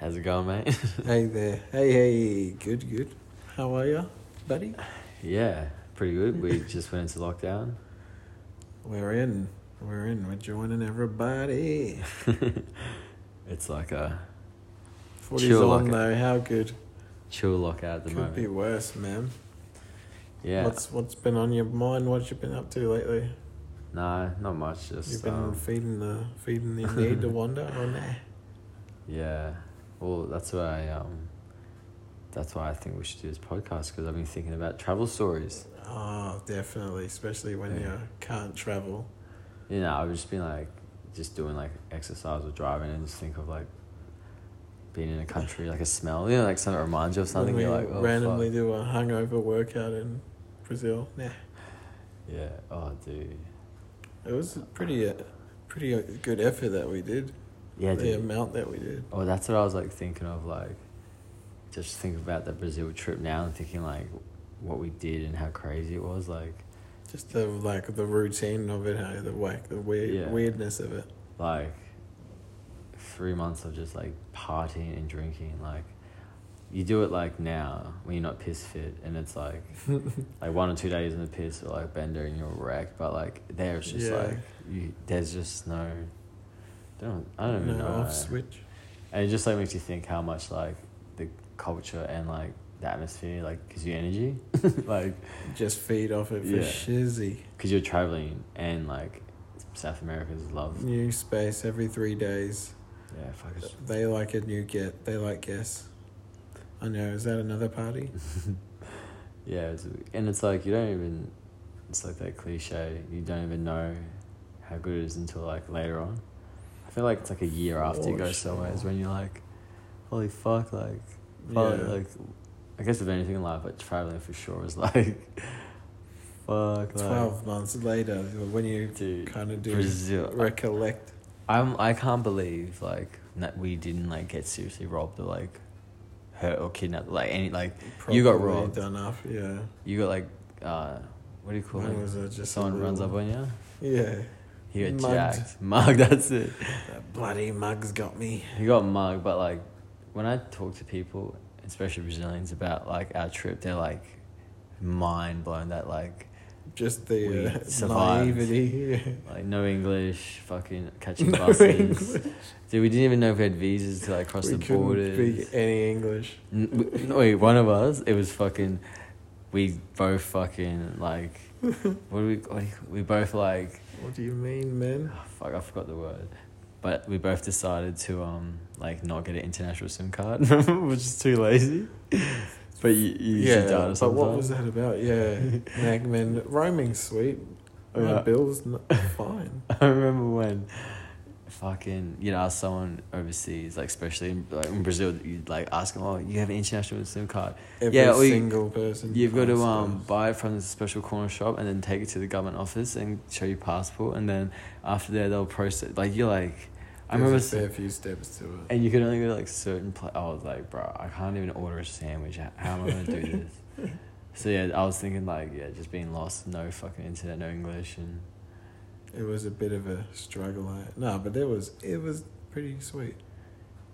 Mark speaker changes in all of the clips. Speaker 1: How's it going, mate?
Speaker 2: Hey there. Hey, hey. Good, good. How are you, buddy?
Speaker 1: yeah, pretty good. We just went into lockdown.
Speaker 2: We're in. We're in. We're joining everybody.
Speaker 1: it's like a
Speaker 2: 40's
Speaker 1: Chill,
Speaker 2: on,
Speaker 1: okay.
Speaker 2: though. How good?
Speaker 1: chill lockout at the
Speaker 2: Could
Speaker 1: moment.
Speaker 2: be worse, man.
Speaker 1: Yeah.
Speaker 2: What's What's been on your mind? What you been up to lately?
Speaker 1: No, not much.
Speaker 2: You've
Speaker 1: Just
Speaker 2: been
Speaker 1: um,
Speaker 2: feeding the feeding the need to wander on there.
Speaker 1: yeah. Well, that's why I um, that's why I think we should do this podcast because I've been thinking about travel stories.
Speaker 2: Oh, definitely. Especially when
Speaker 1: Yeah.
Speaker 2: you can't travel.
Speaker 1: You know, I've just been like, just doing like exercise or driving, and just think of like being in a country, like a smell. You know, like something that reminds you of something.
Speaker 2: when we
Speaker 1: You're like, oh, fuck.
Speaker 2: randomly do a hangover workout in Brazil. Nah.
Speaker 1: Yeah. Oh, dude.
Speaker 2: It was a pretty, uh, pretty uh, good effort that we did.
Speaker 1: Yeah,
Speaker 2: the
Speaker 1: dude.
Speaker 2: amount that we did.
Speaker 1: Oh, that's what I was like thinking of, like, just think about that Brazil trip now and thinking like what we did and how crazy it was. Like,
Speaker 2: Just the like the routine of it, how the whack, the weird
Speaker 1: Yeah.
Speaker 2: weirdness of it.
Speaker 1: like three months of just like partying and drinking. Like, you do it like now when you're not piss fit, and it's like like one or two days in the piss or like bender and you're wrecked. But like there, it's just
Speaker 2: Yeah.
Speaker 1: like you, there's just no. Don't I don't even
Speaker 2: no
Speaker 1: know.
Speaker 2: off switch.
Speaker 1: and it just like makes you think how much like the culture and like the atmosphere like gives you energy like
Speaker 2: Just feed off it for
Speaker 1: Yeah.
Speaker 2: shizzy.
Speaker 1: because you're traveling and like south americans love
Speaker 2: New space every three days.
Speaker 1: yeah fuck Um, it's,
Speaker 2: They like a new get. They like guess. I know. Is that another party?
Speaker 1: yeah it's, and it's like you don't even it's like that cliche you don't even know how good it is until like later on i feel like it's like a year after you
Speaker 2: For
Speaker 1: go somewhere is
Speaker 2: sure.
Speaker 1: when you're like holy fuck like
Speaker 2: yeah.
Speaker 1: fuck, like i guess if anything in life but traveling for sure is like fuck like,
Speaker 2: Twelve months later, when you
Speaker 1: dude
Speaker 2: kind of do
Speaker 1: Brazil.
Speaker 2: recollect.
Speaker 1: I'm I can't believe like that we didn't like get seriously robbed or like hurt or kidnapped like any like You got
Speaker 2: properly
Speaker 1: robbed.
Speaker 2: Done up. Yeah.
Speaker 1: you got like uh what do you call
Speaker 2: Mine
Speaker 1: it?
Speaker 2: was uh, just a
Speaker 1: Someone runs up
Speaker 2: little-
Speaker 1: on you.
Speaker 2: Yeah.
Speaker 1: He got
Speaker 2: Mugged.
Speaker 1: jacked. Mugged. That's it.
Speaker 2: That bloody mug's got me.
Speaker 1: He got mugged. But like when I talk to people, especially Brazilians, about like our trip, they're like mind blown that like
Speaker 2: Just
Speaker 1: We
Speaker 2: the uh,
Speaker 1: survived.
Speaker 2: naivety. Yeah.
Speaker 1: like no English, fucking catching
Speaker 2: No
Speaker 1: buses.
Speaker 2: English.
Speaker 1: Dude, we didn't even know if we had visas to like cross
Speaker 2: we
Speaker 1: the
Speaker 2: couldn't
Speaker 1: borders.
Speaker 2: speak any English.
Speaker 1: N- w- wait, one of us. It was fucking. We both fucking like. What do we? What do you- we both like.
Speaker 2: What do you mean, man?
Speaker 1: oh, fuck, I forgot the word. But we both decided to um like not get an international SIM card. We're just too lazy. But you, you yeah,
Speaker 2: yeah,
Speaker 1: usually data
Speaker 2: but what was
Speaker 1: sometimes.
Speaker 2: that about? Yeah, Nagman roaming sweet. My
Speaker 1: Yeah.
Speaker 2: bill's n fine.
Speaker 1: I remember when fucking you'd ask someone overseas, like especially in, like in Brazil, you'd like ask them, "Oh, you have an international SIM card?
Speaker 2: Every
Speaker 1: Yeah, or you-
Speaker 2: single person.
Speaker 1: You've got to
Speaker 2: passed
Speaker 1: um,
Speaker 2: us.
Speaker 1: buy it from the special corner shop and then take it to the government office and show your passport. And then after that, they'll process. Like, you're like, I
Speaker 2: There's
Speaker 1: remember.
Speaker 2: a
Speaker 1: s-
Speaker 2: fair few steps to it.
Speaker 1: And you could only go to like certain pla I was like, bro, I can't even order a sandwich. How, how am I going to do this? So, yeah, I was thinking, like, yeah, just being lost, no fucking internet, no English. And
Speaker 2: It was a bit of a struggle. eh? No, but it was it was pretty sweet.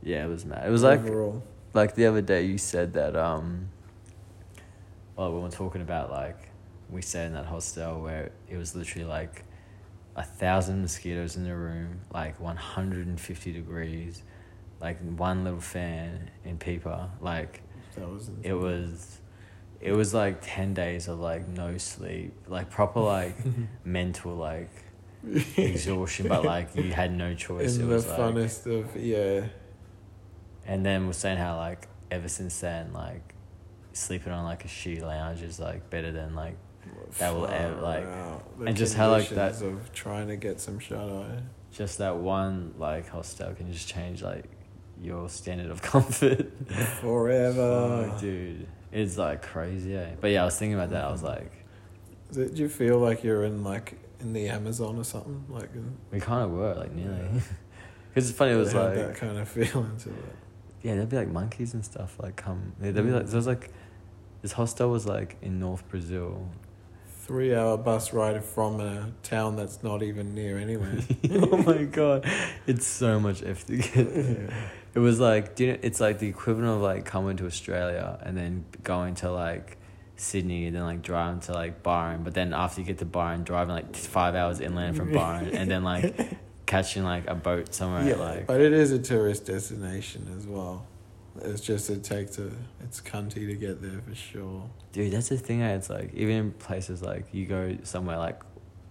Speaker 1: yeah, it was mad. It was like,
Speaker 2: overall.
Speaker 1: like the other day you said that, um, well, when we're talking about like, we stayed in that hostel where it was literally like a thousand mosquitoes in the room, like 150 degrees, like one little fan in Peeper, like,
Speaker 2: That was
Speaker 1: it was it was like 10 days of like no sleep like proper like mental like exhaustion but like you had no choice
Speaker 2: in
Speaker 1: it
Speaker 2: the
Speaker 1: was like
Speaker 2: funnest of yeah.
Speaker 1: and then we're saying how like ever since then like sleeping on like a shoe lounge is like better than like That will add,
Speaker 2: Far
Speaker 1: like-
Speaker 2: out. The
Speaker 1: and just how, like, that-
Speaker 2: conditions of trying to get some shut eye.
Speaker 1: just that one like hostel can just change like your standard of comfort
Speaker 2: Forever.
Speaker 1: Fuck, dude it's like crazy eh? but yeah i was thinking about that i was like
Speaker 2: Did you feel like you're in like in the Amazon or something? Like in,
Speaker 1: we kind of were like nearly
Speaker 2: Yeah.
Speaker 1: because it's funny it was
Speaker 2: it had
Speaker 1: like
Speaker 2: that kind of feeling to it.
Speaker 1: Yeah, there'd be like monkeys and stuff like come. There'd be like there was like this hostel was like in North Brazil.
Speaker 2: three hour bus ride from a town that's not even near anywhere.
Speaker 1: oh my god, it's so much effort to get there. It was like, do you know, it's like the equivalent of like coming to Australia and then going to like Sydney and then like driving to like Byron, but then after you get to Byron, driving like five hours inland from Byron and then like catching like a boat somewhere.
Speaker 2: Yeah,
Speaker 1: like,
Speaker 2: but it is a tourist destination as well. It's just it takes a it's cunty to get there for sure.
Speaker 1: dude, that's the thing. eh, It's like even in places like you go somewhere like,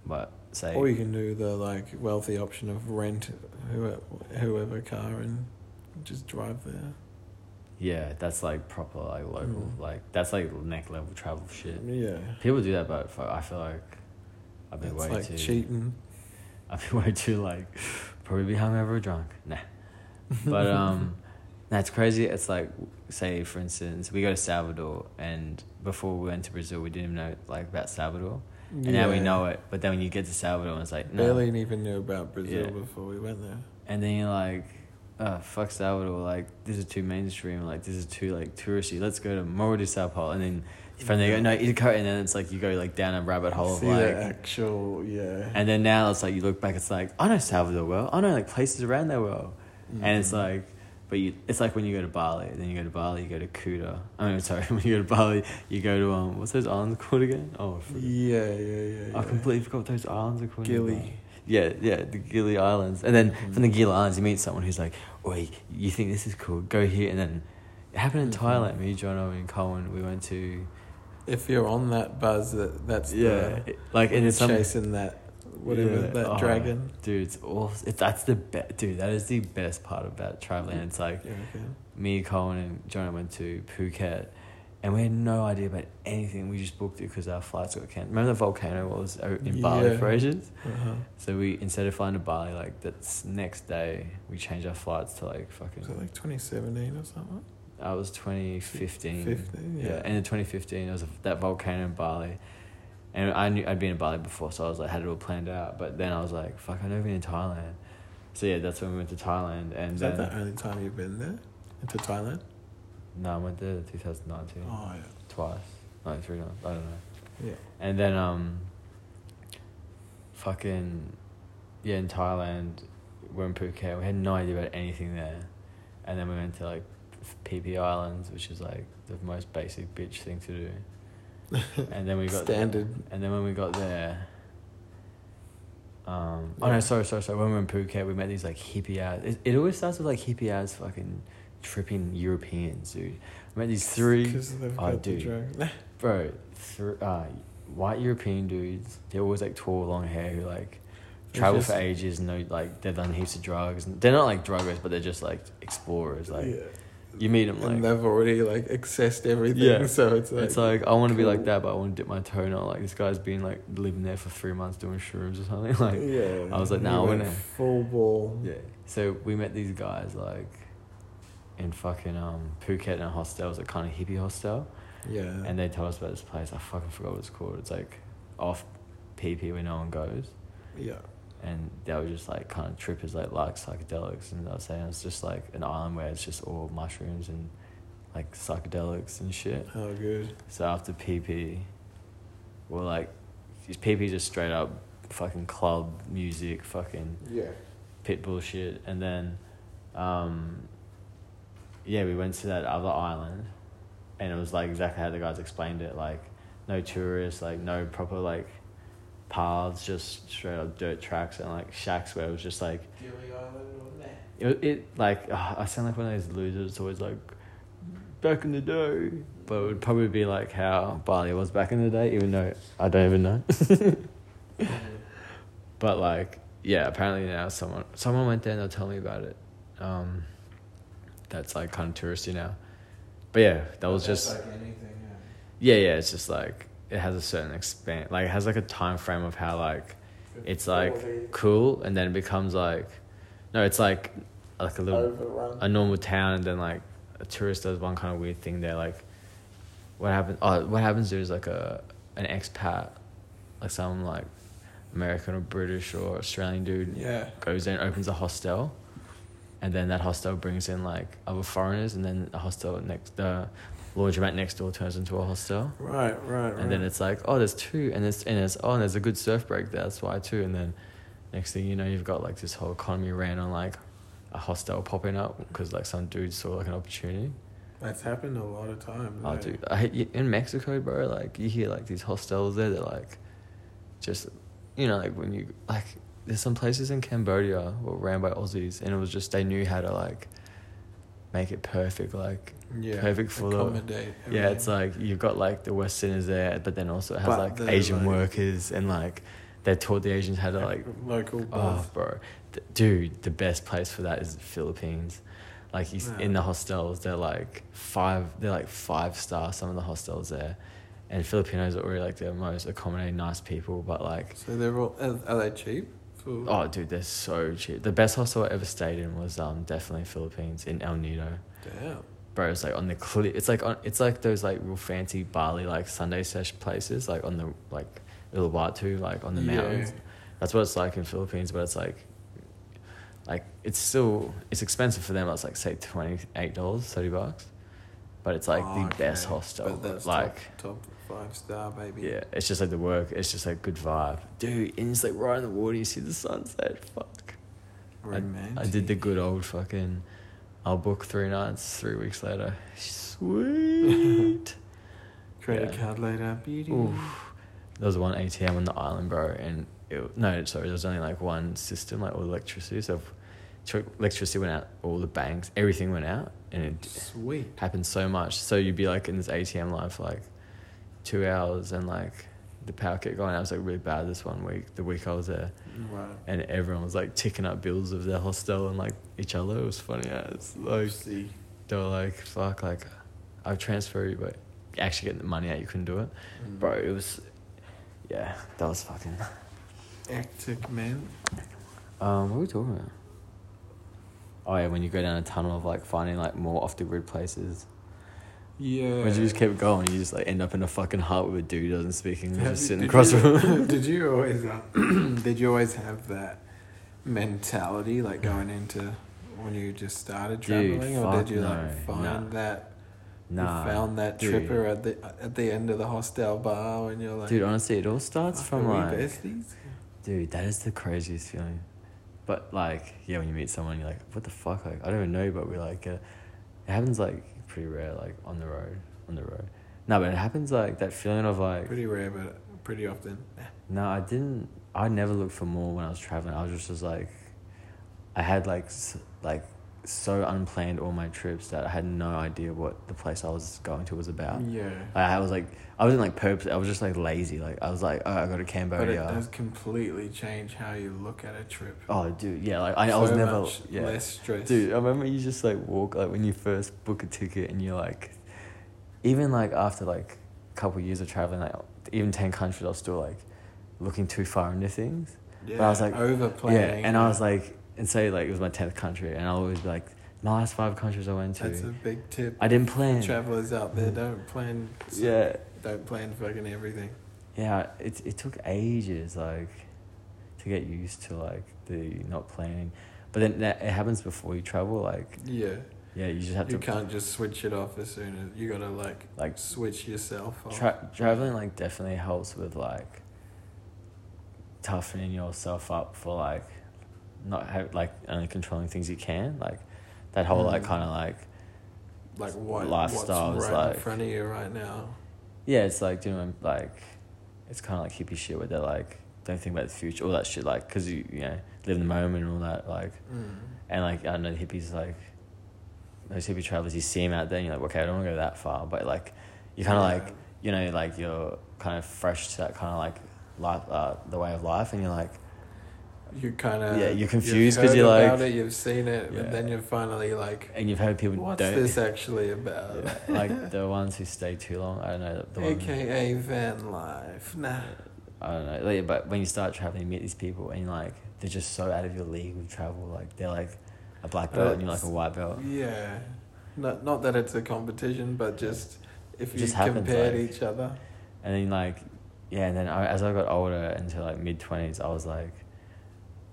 Speaker 1: what say?
Speaker 2: Or you can do the like wealthy option of rent whoever, whoever car and just drive there.
Speaker 1: yeah, that's like proper like local
Speaker 2: Mm.
Speaker 1: like that's like neck level travel shit.
Speaker 2: Yeah,
Speaker 1: People do that, but fuck, I feel like I've been
Speaker 2: it's
Speaker 1: way
Speaker 2: like
Speaker 1: too.
Speaker 2: cheating.
Speaker 1: I've been way too like probably be hungover or drunk. Nah, but um, that's crazy. It's like say for instance, we go to Salvador, and before we went to Brazil, we didn't even know like about Salvador, and now we know it. But then when you get to Salvador, it's like no,
Speaker 2: Barely even knew about Brazil
Speaker 1: Yeah.
Speaker 2: before we went there.
Speaker 1: and then you're like. Oh, fuck Salvador, like, this is too mainstream, like, this is too, like, touristy, let's go to Morro de Sao Paulo, and then from there you go, no, you go, and then it's like, you go, like, down a rabbit hole
Speaker 2: See
Speaker 1: of, like,
Speaker 2: the actual yeah.
Speaker 1: And then now it's like you look back, it's like I know Salvador well. I know like places around there well, and
Speaker 2: Mm-hmm.
Speaker 1: it's like, but you, it's like when you go to Bali, then you go to Bali, you go to Kuta. I mean, sorry, when you go to Bali, you go to um, what's those islands called again? Oh, I forgot.
Speaker 2: yeah, yeah, yeah, yeah.
Speaker 1: I completely forgot what those islands are called. in
Speaker 2: Gili.
Speaker 1: Bali. Yeah, yeah, the Gili Islands, and then from the Gili Islands, you meet someone who's like, "Oi, you think this is cool? Go here." And then it happened in
Speaker 2: Mhm.
Speaker 1: Thailand. Me, John, Owen, and Colin, we went to
Speaker 2: If you're on that buzz, that that's
Speaker 1: yeah,
Speaker 2: the,
Speaker 1: it- like and it's some
Speaker 2: chasing that whatever
Speaker 1: Yeah,
Speaker 2: that
Speaker 1: oh,
Speaker 2: dragon.
Speaker 1: Dude, it's awesome. It, that's the best. Dude, that is the best part about traveling.
Speaker 2: Mm-hmm.
Speaker 1: It's like
Speaker 2: Yeah, okay.
Speaker 1: me, Colin, and Jonah went to Phuket, and we had no idea about anything. We just booked it because our flights got cancelled. Remember the volcano was o- in Bali
Speaker 2: Yeah.
Speaker 1: for ages?
Speaker 2: Uh-huh.
Speaker 1: So we instead of flying to Bali, like that's next day, we changed our flights to like fucking.
Speaker 2: Was it like 2017 or something?
Speaker 1: I was twenty fifteen.
Speaker 2: 15,
Speaker 1: Yeah,
Speaker 2: yeah.
Speaker 1: end of twenty fifteen. It was that volcano in Bali, and I knew I'd been in Bali before, so I was like had it all planned out. But then I was like, fuck, I've never been in Thailand. So yeah, that's when we went to Thailand, and
Speaker 2: Is
Speaker 1: then
Speaker 2: that the only time you've been there? To Thailand?
Speaker 1: no, I went there two thousand nineteen
Speaker 2: Oh,
Speaker 1: twice, no three times. I don't know.
Speaker 2: yeah. Yeah.
Speaker 1: And then um fucking yeah, in Thailand we're in Phuket, we had no idea about anything there. And then we went to like PP Islands, which is like the most basic bitch thing to do. and then we got
Speaker 2: Standard.
Speaker 1: and then when we got there um, Oh
Speaker 2: Yeah.
Speaker 1: no! Sorry, sorry, sorry. When we were in Phuket, we met these like hippie ass. It, it always starts with like hippie ass fucking tripping Europeans, dude. We met these three.
Speaker 2: Because they've
Speaker 1: I
Speaker 2: got the
Speaker 1: do.
Speaker 2: dragon.
Speaker 1: Bro, th- uh, white European dudes, they're always like tall, long hair who like
Speaker 2: It's
Speaker 1: travel for
Speaker 2: just-
Speaker 1: ages, no, like they've done heaps of drugs. They're not like druggers, but they're just like explorers. Like
Speaker 2: yeah.
Speaker 1: you meet them,
Speaker 2: and
Speaker 1: like
Speaker 2: they've already like accessed everything.
Speaker 1: Yeah.
Speaker 2: So it's like.
Speaker 1: it's like I want to be like
Speaker 2: cool.
Speaker 1: that, but I want to dip my toe in. it. Like this guy's been like living there for three months doing shrooms or something. Like
Speaker 2: yeah.
Speaker 1: I was like,
Speaker 2: You
Speaker 1: nah, I
Speaker 2: went
Speaker 1: wanna-
Speaker 2: Full ball.
Speaker 1: yeah. So we met these guys like in fucking um Phuket in a hostel, it was a kind of hippie hostel.
Speaker 2: Yeah.
Speaker 1: And they told us about this place. I fucking forgot what it's called. It's like off PP where no one goes.
Speaker 2: yeah.
Speaker 1: And they were just like kind of trippers, like like psychedelics. And I was saying it's just like an island where it's just all mushrooms and like psychedelics and shit.
Speaker 2: Oh, good.
Speaker 1: So after PP, we're like, PP just straight up fucking club music, fucking
Speaker 2: Yeah.
Speaker 1: pit bull shit. And then, um, yeah, we went to that other island, and it was like exactly how the guys explained it. Like, no tourists, like no proper like paths, just straight up dirt tracks and like shacks where it was just like
Speaker 2: Gilly Island or
Speaker 1: it.
Speaker 2: that.
Speaker 1: it like ah, I sound like one of those losers. Always like back in the day, but it would probably be like how Bali was back in the day, even though I don't even know. But like, yeah, apparently now someone someone went there and they'll tell me about it. Um, that's like kind of touristy now. But yeah, that was
Speaker 2: That's
Speaker 1: just
Speaker 2: Like anything, yeah.
Speaker 1: yeah, yeah. It's just like it has a certain expand, like it has like a time frame of how like it's like cool, and then it becomes like no, it's like like a little
Speaker 2: overrun.
Speaker 1: a normal town and then like a tourist does one kind of weird thing there like what happens oh what happens there is like a an expat like some like american or british or australian dude
Speaker 2: yeah.
Speaker 1: goes there and opens a hostel and then that hostel brings in like other foreigners and then the hostel next the laundromat next door turns into a hostel.
Speaker 2: Right, right, right.
Speaker 1: And then it's like, oh, there's two, and there's and there's oh, and there's a good surf break there. That's why too. And then next thing you know, you've got like this whole economy ran on like a hostel popping up because like some dude saw like an opportunity.
Speaker 2: That's happened a lot of times.
Speaker 1: Oh,
Speaker 2: mate.
Speaker 1: dude, I, you- in Mexico, bro, like you hear like these hostels there. They're like, just you know, like when you like there's some places in Cambodia were ran by Aussies, and it was just they knew how to like make it perfect, like
Speaker 2: Yeah.
Speaker 1: perfect for the
Speaker 2: accommodate.
Speaker 1: yeah, it's
Speaker 2: everything.
Speaker 1: like you've got like the Westerners there, but then also it has
Speaker 2: But
Speaker 1: like
Speaker 2: the,
Speaker 1: Asian
Speaker 2: like-
Speaker 1: workers and like they taught the Asians how to like,
Speaker 2: local
Speaker 1: oh,
Speaker 2: buzz.
Speaker 1: bro, Th- dude, the best place for that is the Philippines. Like you, s in
Speaker 2: Yeah.
Speaker 1: the hostels, they're like five, they're like five star. Some of the hostels there, and Filipinos are already like the most accommodating, nice people. But like,
Speaker 2: So they're all. Are, are they cheap? For,
Speaker 1: oh, dude, they're so cheap. The best hostel I ever stayed in was um definitely Philippines in El Nido.
Speaker 2: damn.
Speaker 1: bro it's like on the cli it's like on it's like those like real fancy bali like sunday sesh places like on the like Uluwatu, like on the
Speaker 2: Yeah.
Speaker 1: mountains that's what it's like in philippines but it's like like it's still it's expensive for them it's like say 28 dollars 30 bucks but it's like the
Speaker 2: Oh,
Speaker 1: best
Speaker 2: okay.
Speaker 1: hostel
Speaker 2: But that's
Speaker 1: like
Speaker 2: top, top five star, baby.
Speaker 1: yeah it's just like the work it's just like good vibe dude and it's like right in the water you see the sunset fuck
Speaker 2: Romantic.
Speaker 1: I did the good old fucking. I'll book three nights three weeks later. Sweet.
Speaker 2: credit
Speaker 1: yeah.
Speaker 2: card later. Beauty.
Speaker 1: Oof. There was one ATM on the island, bro, and it, no, sorry, there was only like one system, like all the electricity. So if tr- electricity went out, all the banks, everything went out, and it
Speaker 2: Sweet.
Speaker 1: happened so much. So you'd be like in this ATM line for like two hours, and like the power kept going. I was like really bad this one week. The week I was there,
Speaker 2: Right.
Speaker 1: and everyone was like ticking up bills of their hostel and like each other. It was funny. Yeah, it's like
Speaker 2: See.
Speaker 1: they were like, "Fuck!" Like, I'll transfer you, but actually getting the money out, you couldn't do it,
Speaker 2: Mm.
Speaker 1: bro. It was, yeah, that was fucking.
Speaker 2: Actic man.
Speaker 1: Um, what were we talking about? Oh yeah, when you go down a tunnel of like finding like more off the grid places,
Speaker 2: Yeah.
Speaker 1: when you just keep going, you just like end up in a fucking hut with a dude who doesn't speak English,
Speaker 2: Have
Speaker 1: just
Speaker 2: you-
Speaker 1: sitting
Speaker 2: did
Speaker 1: across
Speaker 2: you-
Speaker 1: the room.
Speaker 2: did you always uh, did you always have that mentality like going into when you just started
Speaker 1: Dude,
Speaker 2: traveling, or
Speaker 1: fuck
Speaker 2: did you
Speaker 1: no,
Speaker 2: like find
Speaker 1: nah.
Speaker 2: that
Speaker 1: nah,
Speaker 2: you found that
Speaker 1: dude.
Speaker 2: tripper at the at the end of the hostel bar and you're like,
Speaker 1: dude. Honestly, it all starts
Speaker 2: "Fuck,
Speaker 1: from
Speaker 2: are we
Speaker 1: like.
Speaker 2: besties?
Speaker 1: Dude, that is the craziest feeling. But like, yeah, when you meet someone, you're like, what the fuck? Like, I don't even know, you, but we like, uh, it happens like pretty rare, like on the road, on the road. No, but it happens like that feeling of like,
Speaker 2: pretty rare, but pretty often.
Speaker 1: no, I didn't. I never looked for more when I was traveling. I was just, just like, I had like, s- like so unplanned all my trips that I had no idea what the place I was going to was about.
Speaker 2: yeah,
Speaker 1: I I was like, I wasn't like purpose. I was just like lazy. Like I was like, oh, I go to
Speaker 2: but it
Speaker 1: Cambodia.
Speaker 2: does completely change how you look at a trip.
Speaker 1: Oh, dude, yeah, like I, I was
Speaker 2: So
Speaker 1: never,
Speaker 2: much
Speaker 1: yeah,
Speaker 2: less stress.
Speaker 1: dude. I remember you just like walk like when you first book a ticket and you're like, even like after like a couple years of traveling, like even ten countries, I was still like looking too far into things.
Speaker 2: yeah,
Speaker 1: but I was like,
Speaker 2: over
Speaker 1: yeah, and I was like, and say like it was my tenth country, and I always be like, my last five countries I went
Speaker 2: that's a
Speaker 1: to,
Speaker 2: big tip.
Speaker 1: I didn't plan.
Speaker 2: Travelers out there don't plan.
Speaker 1: Yeah,
Speaker 2: Don't plan fucking everything.
Speaker 1: yeah. It it took ages like to get used to like the not planning, but then that, it happens before you travel. Like
Speaker 2: Yeah.
Speaker 1: yeah, you just have
Speaker 2: You
Speaker 1: to
Speaker 2: can't just switch it off as soon as you gotta like
Speaker 1: like
Speaker 2: switch yourself off.
Speaker 1: Tra- traveling like definitely helps with like toughening yourself up for like not ha- like only controlling things you can like that whole like
Speaker 2: Mm.
Speaker 1: kind of like
Speaker 2: like what
Speaker 1: lifestyle
Speaker 2: what's
Speaker 1: is
Speaker 2: right
Speaker 1: like-
Speaker 2: in front of you right now.
Speaker 1: yeah it's like doing like it's kind of like hippie shit where they're like don't think about the future all that shit like because you you know live in the moment and all that like
Speaker 2: Mm.
Speaker 1: and like I don't know the hippies like those hippie travelers you see them out there and you're like okay I don't want to go that far but like you kind of
Speaker 2: Yeah.
Speaker 1: like you know, like you're kind of fresh to that kind of like life, uh, the way of life, and you're like,
Speaker 2: You kind of
Speaker 1: Yeah, you're confused 'cause you're like-
Speaker 2: about it, you've seen it,
Speaker 1: Yeah.
Speaker 2: but then you're finally like,
Speaker 1: and you've heard people
Speaker 2: what's
Speaker 1: don't
Speaker 2: this uh, actually about?
Speaker 1: Yeah, like the ones who stay too long. I don't know the one.
Speaker 2: AKA van life. Nah.
Speaker 1: I don't know, like, but when you start traveling, you meet these people, and you're like, they're just so out of your league with travel. Like they're like a black belt, and you're like a
Speaker 2: That's-
Speaker 1: white belt.
Speaker 2: Yeah. Not not that it's a competition, but just if
Speaker 1: It
Speaker 2: you
Speaker 1: just happens,
Speaker 2: compared
Speaker 1: like-
Speaker 2: each other.
Speaker 1: and then like yeah and then I, as i got older into like mid 20s i was like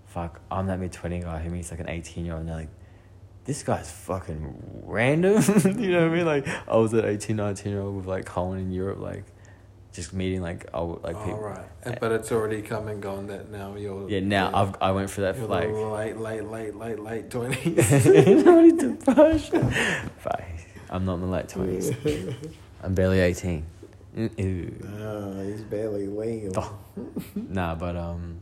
Speaker 1: fuck i'm that mid 20 guy who meets like an 18 year old and they're like this guy's fucking random. you know what I mean? Like, I was at 18, 19 year old with like Colin in Europe, like, just meeting like old,
Speaker 2: Oh,
Speaker 1: like
Speaker 3: All
Speaker 1: people.
Speaker 3: right, And- but it's already come and gone. That now you're
Speaker 1: Yeah, now
Speaker 3: you're-
Speaker 1: I've, I went for that for
Speaker 3: you're
Speaker 1: like.
Speaker 3: the late, late, late, late, late twenties.
Speaker 1: Nobody to push. Bye. I'm not in the late 20s. I'm barely 18. Mm, ew.
Speaker 2: Ah, he's barely legal.
Speaker 1: Oh. Nah, but, um,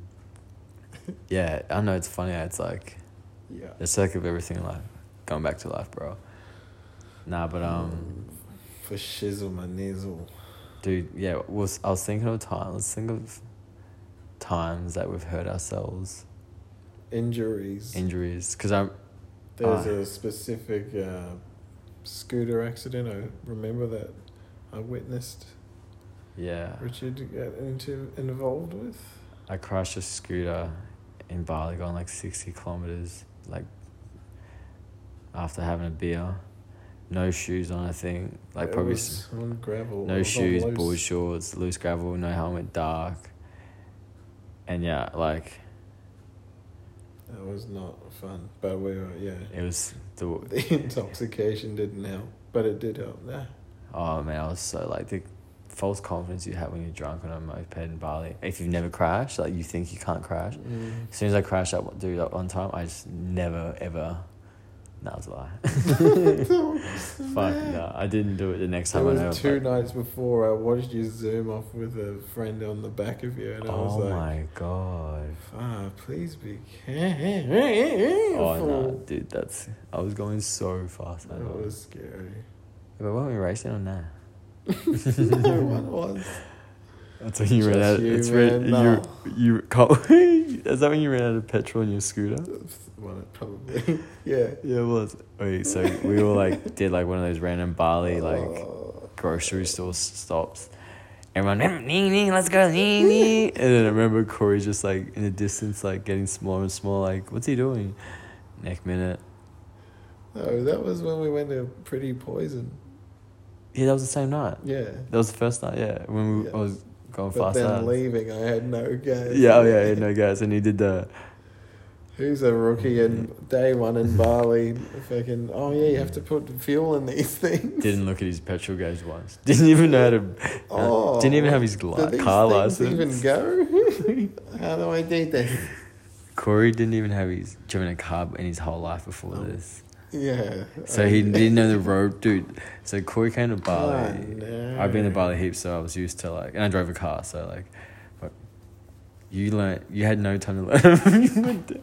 Speaker 1: yeah, I know it's funny. how It's like,
Speaker 2: Yeah.
Speaker 1: the circuit of everything in life. Going back to life, bro. Nah, but, um,
Speaker 2: For shizzle my nizzle.
Speaker 1: dude, yeah, we'll, I was thinking of time. Let's think of times that we've hurt ourselves,
Speaker 2: Injuries.
Speaker 1: injuries. Because I'm,
Speaker 2: there was
Speaker 1: Ah.
Speaker 2: a specific uh, scooter accident. I remember that I witnessed
Speaker 1: yeah,
Speaker 2: Richard get into involved with.
Speaker 1: I crashed a scooter in Bali going like 60 kilometers, like after having a beer. No shoes on, I think. Like,
Speaker 2: It
Speaker 1: probably s-
Speaker 2: was on gravel. It
Speaker 1: no
Speaker 2: was on
Speaker 1: shoes,
Speaker 2: loose.
Speaker 1: board shorts, loose gravel, no helmet, dark. And yeah, like,
Speaker 2: That was not fun, but we were yeah.
Speaker 1: it was the
Speaker 2: The intoxication didn't help, but it did help. Nah.
Speaker 1: Oh man, I was so like the false confidence you have when you're drunk on a moped in Bali. If you've never crashed, like you think you can't crash.
Speaker 2: Mm.
Speaker 1: As soon as I crashed that one- dude that one time, I just never ever. That was a lie. Fuck no, I didn't do it the next
Speaker 2: There
Speaker 1: time. I know.
Speaker 2: was two
Speaker 1: but-
Speaker 2: nights before I watched you zoom off with a friend on the back of you, and I was
Speaker 1: Oh
Speaker 2: like,
Speaker 1: my god.
Speaker 2: Ah, please be careful.
Speaker 1: Oh no, dude, that's I was going so fast. I
Speaker 2: That
Speaker 1: thought.
Speaker 2: was scary.
Speaker 1: But weren't we racing or nah?
Speaker 2: no one was.
Speaker 1: That's when you ran out.
Speaker 2: Just you,
Speaker 1: it's ran,
Speaker 2: man, nah.
Speaker 1: you you can't. is that when you ran out of petrol in your scooter?
Speaker 2: Well, it probably. Yeah.
Speaker 1: Yeah, it was. Wait, so we all like did like one of those random Bali like
Speaker 2: Oh.
Speaker 1: grocery store s- stops. Everyone, "Mm, nee, nee, let's go, nee, nee." and then I remember Corey just like in the distance, like getting smaller and smaller. Like, what's he doing? Next minute,
Speaker 2: No, that was when we went to Pretty Poison.
Speaker 1: yeah, that was the same night.
Speaker 2: Yeah.
Speaker 1: That was the first night. Yeah, when we, I
Speaker 2: Yeah.
Speaker 1: was going
Speaker 2: But
Speaker 1: fast.
Speaker 2: then
Speaker 1: out.
Speaker 2: leaving, I had no gas.
Speaker 1: Yeah, oh, yeah, yeah, no guys, and he did the
Speaker 2: Who's a rookie in day one in Bali? Fucking, oh yeah, you have to put fuel in these things.
Speaker 1: didn't look at his petrol gauge once. Didn't even know how to.
Speaker 2: Oh,
Speaker 1: didn't even have his
Speaker 2: do
Speaker 1: li-
Speaker 2: these
Speaker 1: car
Speaker 2: things
Speaker 1: license.
Speaker 2: Even go? How do I do this?
Speaker 1: Corey didn't even have his driven a car in his whole life before
Speaker 2: Oh.
Speaker 1: this.
Speaker 2: Yeah.
Speaker 1: So he didn't know the road, dude. So Corey came to Bali.
Speaker 2: Oh, no.
Speaker 1: I've been to Bali heaps, so I was used to like, and I drove a car, so like, but you learnt, you had no time to learn. you, went down-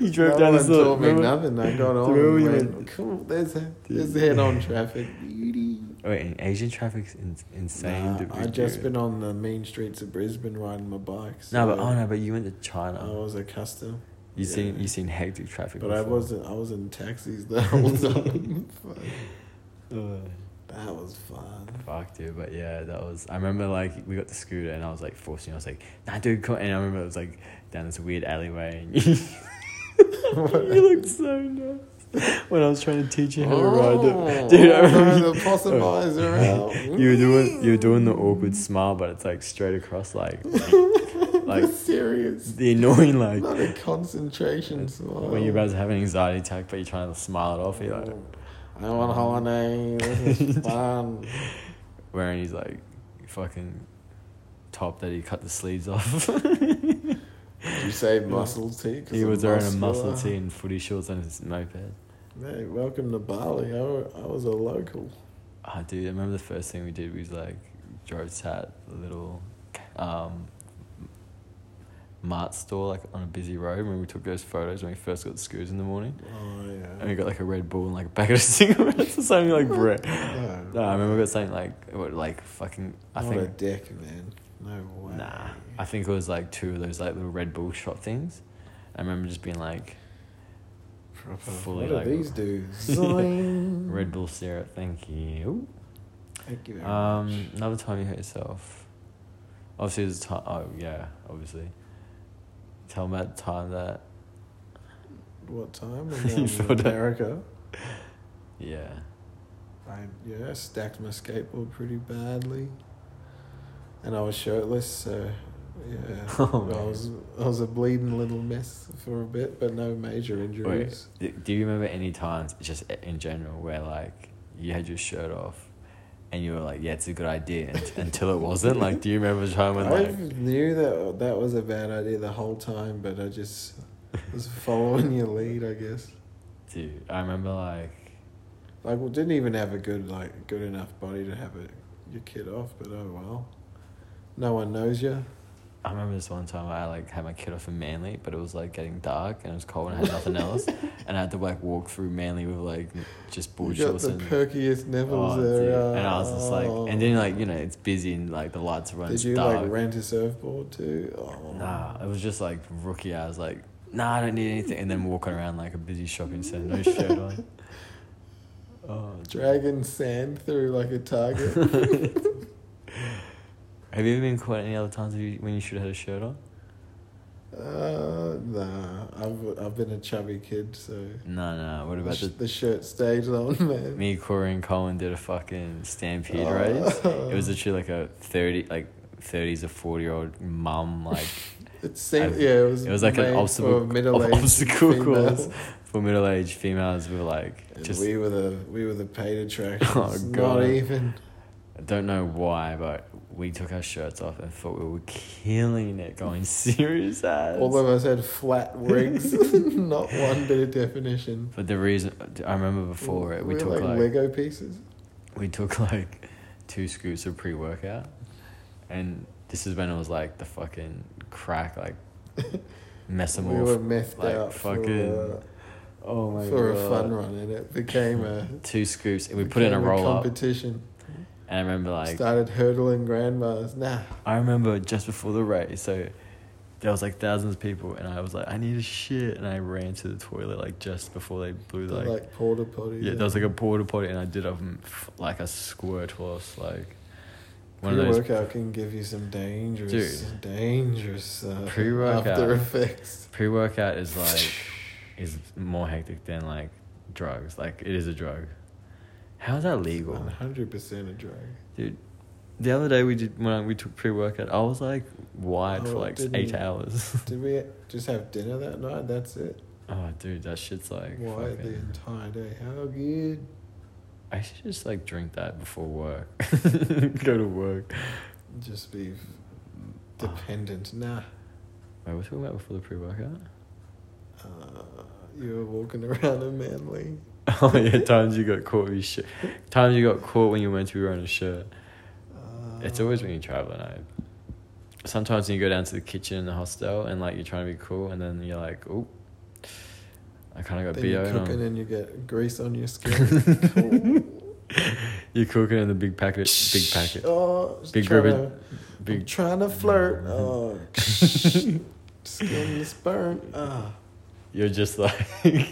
Speaker 1: you drove
Speaker 2: no
Speaker 1: down
Speaker 2: one
Speaker 1: this little.
Speaker 2: taught me
Speaker 1: remember-
Speaker 2: nothing. I got on
Speaker 1: Remember
Speaker 2: and
Speaker 1: you
Speaker 2: went,
Speaker 1: went-
Speaker 2: cool, there's, a, there's head-on traffic. Beauty.
Speaker 1: Wait, and Asian traffic's in, insane.
Speaker 2: Nah,
Speaker 1: dude.
Speaker 2: i just been on the main streets of Brisbane riding my bike.
Speaker 1: No,
Speaker 2: so
Speaker 1: but oh no, but you went to China.
Speaker 2: I was a custom.
Speaker 1: you
Speaker 2: yeah.
Speaker 1: seen you seen hectic traffic.
Speaker 2: But I
Speaker 1: before.
Speaker 2: wasn't. I was in taxis the whole time. Fuck.
Speaker 1: Ugh.
Speaker 2: that was fun.
Speaker 1: Fuck, dude. But yeah, that was. I remember like we got the scooter and I was like forcing. I was like, nah, dude, come. on." And I remember it was like down this weird alleyway and you, you looked so nice when I was trying to teach you how to ride the. Dude, I
Speaker 2: oh,
Speaker 1: remember.
Speaker 2: the possum eyes are out.
Speaker 1: You were doing you were doing the awkward smile, but it's like straight across, like like
Speaker 2: That's serious.
Speaker 1: the annoying like
Speaker 2: Not a concentration smile.
Speaker 1: when you're about to have an anxiety attack, but you're trying to smile it off. You're like
Speaker 2: I want holiday. This is fun.
Speaker 1: wearing his like fucking top that he cut the sleeves off.
Speaker 2: you say muscle tee? 'cause
Speaker 1: He
Speaker 2: I'm
Speaker 1: was wearing a muscle
Speaker 2: muscular.
Speaker 1: tee and footy shorts on his moped.
Speaker 2: Hey, welcome to Bali. I, wa- I was a local.
Speaker 1: Ah, dude, I remember the first thing we did was like drove to that little um, mart store like on a busy road when we took those photos when we first got the scooters in the morning.
Speaker 2: Oh
Speaker 1: And
Speaker 2: yeah.
Speaker 1: we got like a Red Bull and like a packet of cigarettes or something like bread.
Speaker 2: No,
Speaker 1: No, I remember we got something like what, like fucking I
Speaker 2: what a
Speaker 1: think
Speaker 2: dick, man. No way.
Speaker 1: nah. I think it was like two of those like little Red Bull shot things. I remember just being like
Speaker 2: Proper.
Speaker 1: fully,
Speaker 2: what
Speaker 1: like,
Speaker 2: do these do? Zoing.
Speaker 1: Red Bull syrup, thank you.
Speaker 2: Thank you. Very
Speaker 1: Um,
Speaker 2: much.
Speaker 1: another time you hurt yourself. Obviously, there's a time. Oh yeah, obviously. Tell me about the time that
Speaker 2: What time?
Speaker 1: You
Speaker 2: In
Speaker 1: felt
Speaker 2: um,
Speaker 1: it.
Speaker 2: America.
Speaker 1: yeah.
Speaker 2: I yeah stacked my skateboard pretty badly, and I was shirtless, so Yeah.
Speaker 1: Oh,
Speaker 2: I
Speaker 1: man.
Speaker 2: was I was a bleeding little mess for a bit, but no major injuries.
Speaker 1: D- Do you remember any times, just i- in general, where like you had your shirt off, and you were like, "Yeah, it's a good idea," and, until it wasn't? Like, do you remember a time when
Speaker 2: I
Speaker 1: like,
Speaker 2: knew that that was a bad idea the whole time, but I just was following your lead, I guess.
Speaker 1: dude, I remember like,
Speaker 2: Like, we didn't even have a good, like, good enough body to have it, your kid off, but oh well. No one knows you.
Speaker 1: I remember this one time I like had my kid off in Manly, but it was like getting dark and it was cold and I had nothing else, and I had to like walk through Manly with like just bull
Speaker 2: You got
Speaker 1: shorts
Speaker 2: the
Speaker 1: and.
Speaker 2: perkiest nipples
Speaker 1: Oh,
Speaker 2: there.
Speaker 1: dude.
Speaker 2: are.
Speaker 1: and I was just like, and then like you know, it's busy and like the lights run.
Speaker 2: Did you
Speaker 1: dark.
Speaker 2: like rent a surfboard too? Oh,
Speaker 1: Nah, it was just like rookie. I was like, nah, I don't need anything. And then walking around like a busy shopping center, no shirt on. Oh,
Speaker 2: Dragging sand through like a target.
Speaker 1: Have you ever been caught any other times when you- when you should have had a shirt on?
Speaker 2: Uh, nah. I've I've been a chubby kid, so
Speaker 1: No, no. What
Speaker 2: the,
Speaker 1: about
Speaker 2: sh-
Speaker 1: the
Speaker 2: the shirt stays on, man.
Speaker 1: me, Corey, and Colin did a fucking stampede
Speaker 2: Oh.
Speaker 1: race? It was literally like a thirty, like thirties or forty year old mum, like
Speaker 2: It seemed,
Speaker 1: I-
Speaker 2: yeah, it was.
Speaker 1: it was like an
Speaker 2: made
Speaker 1: obstacle-
Speaker 2: for middle-aged
Speaker 1: obstacle
Speaker 2: female.
Speaker 1: course. for middle aged females. We were like,
Speaker 2: And
Speaker 1: just
Speaker 2: we were the we were the paid attractions.
Speaker 1: Oh, God.
Speaker 2: Not even.
Speaker 1: I don't know why, but we took our shirts off and thought we were killing it, going serious ass.
Speaker 2: All of us had flat rigs. not one bit of definition.
Speaker 1: But the reason I remember before it, we
Speaker 2: were
Speaker 1: took like,
Speaker 2: Lego pieces.
Speaker 1: we took like two scoops of pre workout, and this is when it was like the fucking crack, like
Speaker 2: We
Speaker 1: mesomorph.
Speaker 2: were methed
Speaker 1: like,
Speaker 2: out
Speaker 1: fucking-
Speaker 2: for,
Speaker 1: oh
Speaker 2: uh,
Speaker 1: my
Speaker 2: for
Speaker 1: god!
Speaker 2: a fun run, and it became a.
Speaker 1: Two scoops, and we put in a
Speaker 2: became
Speaker 1: roll up.
Speaker 2: competition.
Speaker 1: And I remember like
Speaker 2: Started hurdling grandmas. Nah,
Speaker 1: I remember just before the race, so there was like thousands of people, and I was like, I need a shit, and I ran to the toilet like just before they blew
Speaker 2: like,
Speaker 1: like,
Speaker 2: like porta potties.
Speaker 1: yeah, there was like a porta potty, and I did a mm, f- like a squirt horse like one of those
Speaker 2: Pre-workout can give you some dangerous,
Speaker 1: Dude.
Speaker 2: dangerous uh,
Speaker 1: Pre-workout.
Speaker 2: after effects.
Speaker 1: pre workout is like is more hectic than like drugs. Like it is a drug. How is that legal?
Speaker 2: One hundred percent a drug.
Speaker 1: The other day we did when I- we took pre workout, I was like wide for
Speaker 2: Oh,
Speaker 1: like
Speaker 2: didn't-
Speaker 1: eight hours.
Speaker 2: Did we just have dinner that night? That's it.
Speaker 1: oh, dude, that shit's like.
Speaker 2: Why
Speaker 1: fucking-
Speaker 2: the entire day? How good?
Speaker 1: I should just like drink that before work. Go to work.
Speaker 2: Just be f- dependent. Nah.
Speaker 1: Wait, what were we talking about before the pre workout?
Speaker 2: Uh, you were walking around in Manly.
Speaker 1: Oh yeah, times you got caught with your shirt. Times you got caught when you went to be wearing a shirt.
Speaker 2: Uh,
Speaker 1: It's always when you travel and I sometimes when you go down to the kitchen in the hostel and like you're trying to be cool and then you're like, Oh I kinda got
Speaker 2: then you're
Speaker 1: BO
Speaker 2: cooking
Speaker 1: on.
Speaker 2: and you get grease on your Oh. skin.
Speaker 1: You're cooking in the big packet big packet.
Speaker 2: oh, just
Speaker 1: Big
Speaker 2: trying
Speaker 1: ribbon.
Speaker 2: to- I'm
Speaker 1: Big
Speaker 2: trying to flirt. Oh, skin's burnt. Ah,
Speaker 1: you're just like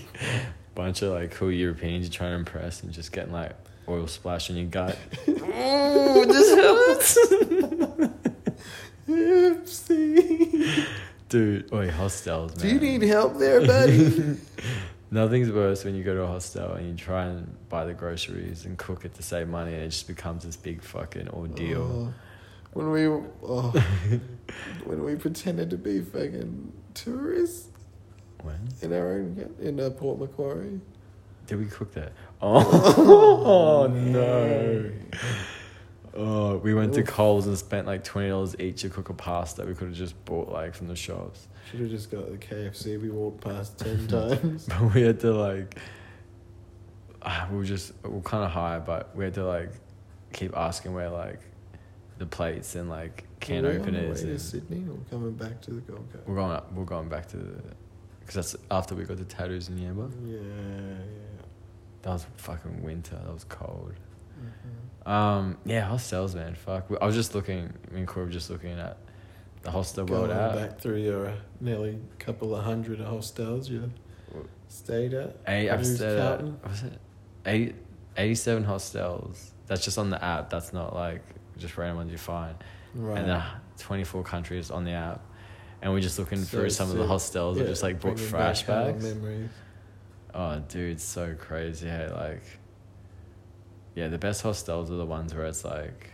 Speaker 1: bunch of like cool Europeans you're trying to impress and just getting like oil splash on your gut. Ooh, this hurts.
Speaker 2: oopsie.
Speaker 1: Dude, wait, hostels, man.
Speaker 2: Do you need help there, buddy?
Speaker 1: Nothing's worse when you go to a hostel and you try and buy the groceries and cook it to save money and it just becomes this big fucking ordeal.
Speaker 2: Oh, when we oh, when we pretended to be fucking tourists
Speaker 1: When?
Speaker 2: in our own in uh, Port Macquarie.
Speaker 1: Did we cook that? Oh, oh, no. Oh, we went to
Speaker 2: Oof.
Speaker 1: Coles and spent like $20 each to cook a pasta we could have just bought like from the shops.
Speaker 2: Should have just got the KFC. We walked past ten times.
Speaker 1: But we had to like, ah, we were just we were kind of high, but we had to like keep asking where like the plates and like can
Speaker 2: Were we on the
Speaker 1: openers.
Speaker 2: way to
Speaker 1: and-
Speaker 2: Sydney or coming back to the Gold Coast?
Speaker 1: We're going up. We're going back to the, because that's after we got the tattoos in Yamba.
Speaker 2: Yeah, yeah.
Speaker 1: That was fucking winter. That was cold.
Speaker 2: Mhm.
Speaker 1: Um, yeah, hostels, man. Fuck. I was just looking. Me and Corey were just looking at the hostel
Speaker 2: Going
Speaker 1: world out.
Speaker 2: back through your uh, nearly couple of hundred hostels you
Speaker 1: W-
Speaker 2: stayed at.
Speaker 1: Eight. I've
Speaker 2: Produce
Speaker 1: stayed at,
Speaker 2: Carlton.
Speaker 1: what was it? Eight, 87 hostels. That's just on the app. That's not like just random ones you find.
Speaker 2: Right.
Speaker 1: And then twenty four countries on the app. And we're just looking
Speaker 2: So
Speaker 1: through some of the
Speaker 2: sick.
Speaker 1: hostels. that
Speaker 2: Yeah,
Speaker 1: just like bought
Speaker 2: bringing
Speaker 1: trash
Speaker 2: back um, our
Speaker 1: bags.
Speaker 2: Memories.
Speaker 1: Oh, dude, it's so crazy. Hey, like, yeah, the best hostels are the ones where it's like,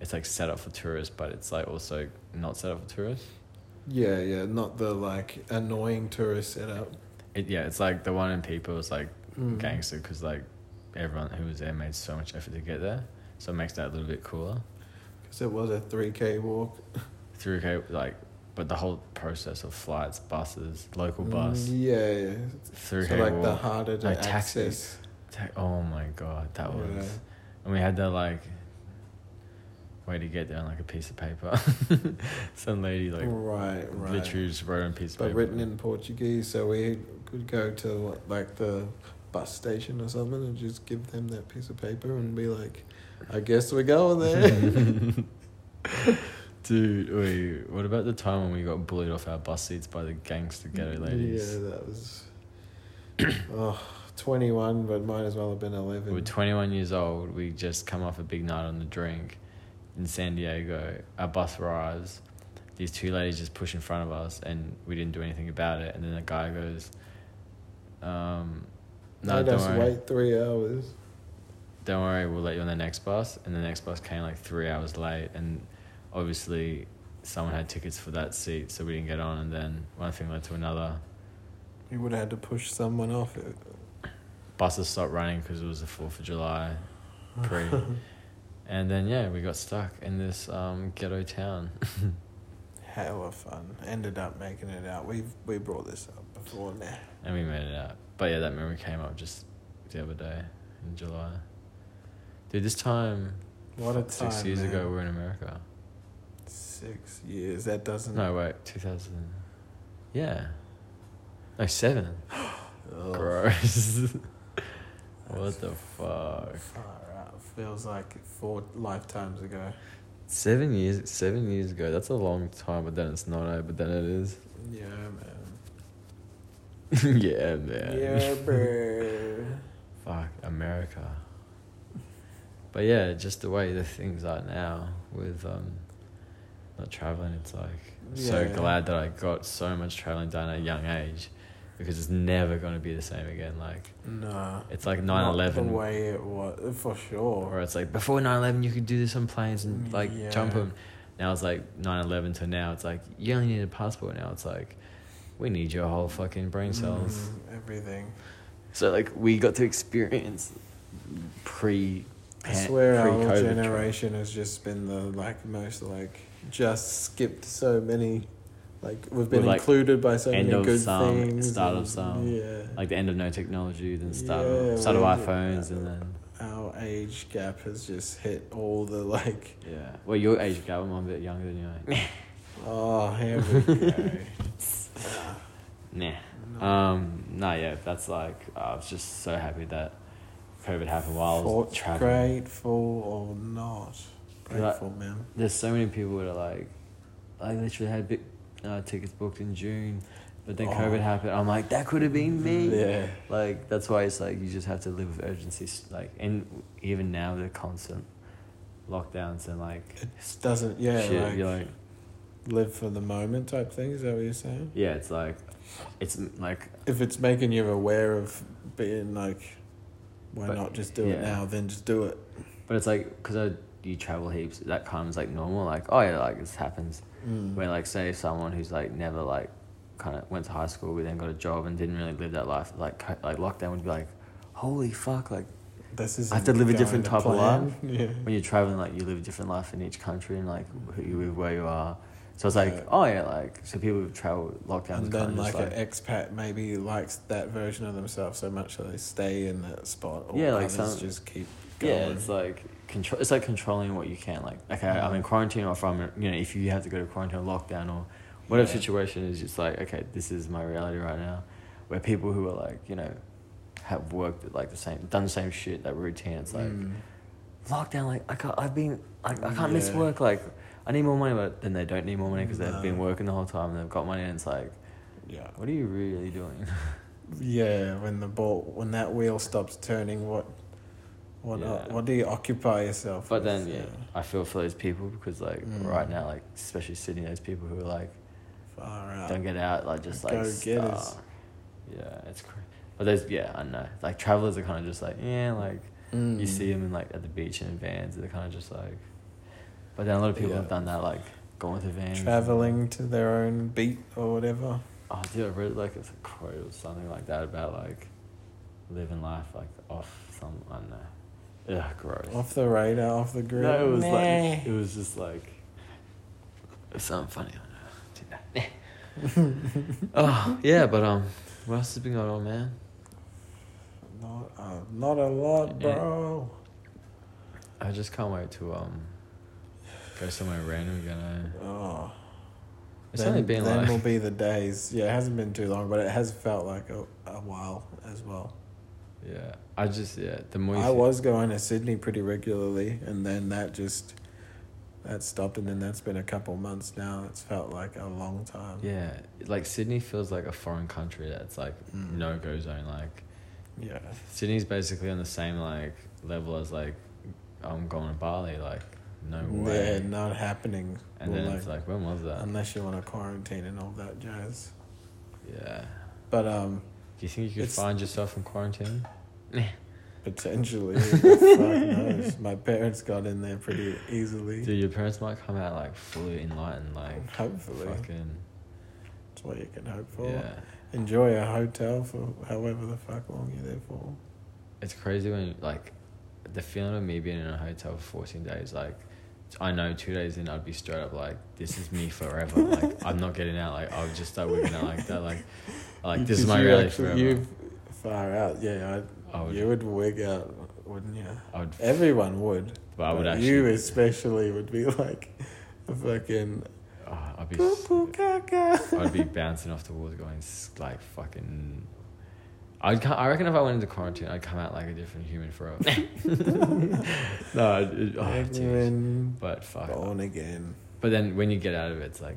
Speaker 1: it's like set up for tourists, but it's like also not set up for tourists.
Speaker 4: Yeah, yeah, not the like annoying tourist setup.
Speaker 1: It, yeah, it's like the one in people is like
Speaker 4: Mm.
Speaker 1: gangster because like everyone who was there made so much effort to get there, so it makes that a little bit cooler.
Speaker 4: Because it was a 3K walk.
Speaker 1: Through okay, like, but the whole process of flights, buses, local bus,
Speaker 4: Mm, yeah, yeah.
Speaker 1: through
Speaker 4: so
Speaker 1: K
Speaker 4: like the
Speaker 1: walk,
Speaker 4: harder to
Speaker 1: like
Speaker 4: access.
Speaker 1: taxis. ta- oh my god, that was,
Speaker 4: Yeah.
Speaker 1: and we had that like way to get there on like a piece of paper. Some lady like
Speaker 4: right, right.
Speaker 1: literally just wrote on a piece of
Speaker 4: but
Speaker 1: paper.
Speaker 4: written in Portuguese, so we could go to like the bus station or something and just give them that piece of paper and be like, "I guess we're going there."
Speaker 1: Dude, wait, what about the time when we got bullied off our bus seats by the gangster ghetto ladies?
Speaker 4: Yeah, that was. oh, 21, but might as well have been
Speaker 1: We were
Speaker 4: 11.
Speaker 1: 21 years old. We just come off a big night on the drink in San Diego. Our bus arrives. These two ladies just push in front of us, and we didn't do anything about it. And then the guy goes, um, "No,
Speaker 4: Made
Speaker 1: don't
Speaker 4: us
Speaker 1: worry.
Speaker 4: wait three hours.
Speaker 1: Don't worry. We'll let you on the next bus." And the next bus came like three hours late, and obviously someone had tickets for that seat, so we didn't get on. And then one thing led to another.
Speaker 2: You would have had to push someone off it.
Speaker 1: Buses stopped running because it was the Fourth of July, pre. And then yeah, we got stuck in this um, ghetto town.
Speaker 2: Hella fun. Ended up making it out. We've we brought this up before now.
Speaker 1: And we made it out. But yeah, that memory came up just the other day in July. Dude, this time
Speaker 2: What a
Speaker 1: fuck, six
Speaker 2: time,
Speaker 1: years
Speaker 2: man.
Speaker 1: ago we were in America.
Speaker 2: Six years. That doesn't.
Speaker 1: No, wait, two thousand Yeah. No, seven.
Speaker 2: Ugh.
Speaker 1: Gross.
Speaker 2: Oh. That's
Speaker 1: what the fuck?
Speaker 2: Far out. Feels like four lifetimes ago.
Speaker 1: Seven years seven years ago, that's a long time, but then it's not eh? but then it is.
Speaker 2: Yeah, man.
Speaker 1: yeah, man.
Speaker 2: Yeah, bro.
Speaker 1: Fuck America. But yeah, just the way the things are now with um, not traveling, it's like I'm so
Speaker 2: Yeah.
Speaker 1: glad that I got so much traveling done at a young age, because it's never gonna be the same again. Like
Speaker 2: Nah.
Speaker 1: it's like
Speaker 2: Not
Speaker 1: nine eleven,
Speaker 2: The way it was, for sure.
Speaker 1: or it's like before nine eleven you could do this on planes and like jump 'em. jump
Speaker 2: Yeah.
Speaker 1: them. Now it's like nine eleven to now it's like you only need a passport. Now it's like we need your whole fucking brain cells.
Speaker 2: Mm, everything.
Speaker 1: So like we got to experience pre.
Speaker 2: I swear our generation has just been the like most like just skipped so many like we've been
Speaker 1: We're, like,
Speaker 2: included by so
Speaker 1: end
Speaker 2: many
Speaker 1: of
Speaker 2: good
Speaker 1: some,
Speaker 2: things.
Speaker 1: start of
Speaker 2: and-
Speaker 1: some.
Speaker 2: Yeah.
Speaker 1: Like the end of no technology, then start
Speaker 2: Yeah,
Speaker 1: of, start of
Speaker 2: we-
Speaker 1: iPhones, and then
Speaker 2: our age gap has just hit all the like
Speaker 1: yeah. Well, your age gap. I'm a bit younger than you. ain't.
Speaker 2: oh here we go.
Speaker 1: nah. Um. No. Yeah. That's like I was just so happy that COVID happened while I was
Speaker 2: For-
Speaker 1: traveling.
Speaker 2: grateful or not. Grateful man.
Speaker 1: There's so many people that are like, I literally had big uh, tickets booked in June, but then
Speaker 2: Oh.
Speaker 1: COVID happened. I'm like, that could have been me.
Speaker 2: Yeah.
Speaker 1: Like that's why it's like you just have to live with urgency. s- Like and even now the constant lockdowns and like
Speaker 2: It doesn't yeah,
Speaker 1: shit,
Speaker 2: like,
Speaker 1: you're like
Speaker 2: live for the moment type thing, is that what you're saying?
Speaker 1: yeah, it's like it's m- like
Speaker 2: If it's making you aware of being like why
Speaker 1: But-
Speaker 2: not just do it
Speaker 1: yeah.
Speaker 2: now, then just do it.
Speaker 1: but it's like because I you travel heaps that comes like normal like oh yeah like this happens
Speaker 2: Mm.
Speaker 1: where like say someone who's like never like kind of went to high school but then got a job and didn't really live that life like co- like lockdown would be like holy fuck like
Speaker 2: This is
Speaker 1: I have to live a different type of life.
Speaker 2: Yeah.
Speaker 1: when you're traveling, like you live a different life in each country and like who you live where you are. So it's like,
Speaker 2: Yeah.
Speaker 1: oh yeah, like so people who travel lockdowns
Speaker 2: And
Speaker 1: kind of
Speaker 2: then like,
Speaker 1: just like
Speaker 2: an expat maybe likes that version of themselves so much that they stay in that spot or
Speaker 1: Yeah, like
Speaker 2: others
Speaker 1: some-
Speaker 2: just keep going.
Speaker 1: yeah, it's like control. It's like controlling what you can. Like okay, I'm in quarantine, or if I'm you know if you have to go to quarantine or lockdown or whatever
Speaker 2: Yeah.
Speaker 1: situation is, just like okay, this is my reality right now. Where people who are like you know have worked at like the same done the same shit that routine. It's like
Speaker 2: Mm.
Speaker 1: lockdown. Like I can't. I've been. I, I can't miss
Speaker 2: Yeah.
Speaker 1: work. Like I need more money, but then they don't need more money because they've
Speaker 2: No.
Speaker 1: been working the whole time and they've got money. And it's like,
Speaker 2: yeah.
Speaker 1: what are you really doing?
Speaker 2: Yeah, when the ball when that wheel stops turning what what uh,
Speaker 1: Yeah.
Speaker 2: what do you occupy yourself
Speaker 1: But
Speaker 2: with?
Speaker 1: then yeah, I feel for those people because like
Speaker 2: Mm.
Speaker 1: right now, like especially Sydney, those people who are like
Speaker 2: Far out.
Speaker 1: don't get out, like just like
Speaker 2: Go getters.
Speaker 1: stuck. Yeah, it's crazy. But there's yeah, I know. Like travelers are kind
Speaker 2: Hmm. Mm.
Speaker 1: of just like yeah, like you see them in like at the beach and in vans. They're kind of just like. But then a lot of people
Speaker 2: Yeah.
Speaker 1: have done that, like going to vans.
Speaker 2: traveling to their own beat or whatever.
Speaker 1: Oh, dude, I read like it's a quote or something like that about like living life like off some I don't know. Ugh, gross.
Speaker 2: Off the radar, off the grid.
Speaker 1: no, it was like
Speaker 2: Nah.
Speaker 1: it was just like it's something funny. I don't know. oh yeah, but um, what else has been going on, man?
Speaker 2: Not, uh, not a lot,
Speaker 1: Yeah.
Speaker 2: bro.
Speaker 1: I just can't wait to um go somewhere random. Gonna
Speaker 2: Oh.
Speaker 1: it's only been
Speaker 2: then
Speaker 1: like
Speaker 2: will be the days. Yeah, it hasn't been too long, but it has felt like a, a while as well.
Speaker 1: yeah. I just yeah. The more you
Speaker 2: I
Speaker 1: think-
Speaker 2: was going to Sydney pretty regularly, and then that just that stopped, and then that's been a couple months now. It's felt like a long time.
Speaker 1: yeah, like Sydney feels like a foreign country. That's like
Speaker 2: Mm.
Speaker 1: no go zone. Like
Speaker 2: yeah,
Speaker 1: Sydney's basically on the same like level as like I'm going to Bali. Like no
Speaker 2: yeah,
Speaker 1: way.
Speaker 2: not happening.
Speaker 1: and
Speaker 2: Well,
Speaker 1: then it's like when was that?
Speaker 2: unless you want to quarantine and all that jazz.
Speaker 1: yeah.
Speaker 2: But um,
Speaker 1: Do you think you could
Speaker 2: It's-
Speaker 1: find yourself in quarantine?
Speaker 2: potentially, fuck knows. My parents got in there pretty easily.
Speaker 1: Dude, your parents might come out like fully enlightened, like
Speaker 2: Hopefully,
Speaker 1: fucking
Speaker 2: that's what you can hope for.
Speaker 1: yeah.
Speaker 2: Enjoy a hotel for however the fuck long you're there for.
Speaker 1: It's crazy when like the feeling of me being in a hotel for fourteen days. Like I know two days in, I'd be straight up like, "This is me forever." like I'm not getting out. Like I would just start whipping out like that. Like like this is
Speaker 2: Because
Speaker 1: my
Speaker 2: you
Speaker 1: reality
Speaker 2: actually-
Speaker 1: forever.
Speaker 2: You far out, yeah.
Speaker 1: I
Speaker 2: I,
Speaker 1: would-
Speaker 2: you would wig out, wouldn't you?
Speaker 1: I would,
Speaker 2: Everyone would.
Speaker 1: but I would
Speaker 2: but
Speaker 1: actually.
Speaker 2: You especially would be like a fucking
Speaker 1: oh, I'd be. s-
Speaker 2: poo caca.
Speaker 1: I'd be bouncing off the walls, going s- like fucking. I'd come, I reckon if I went into quarantine, I'd come out like a different human forever. no, it, it- oh, dude.
Speaker 2: Everyone
Speaker 1: but fuck.
Speaker 2: born again.
Speaker 1: But then when you get out of it, it's like,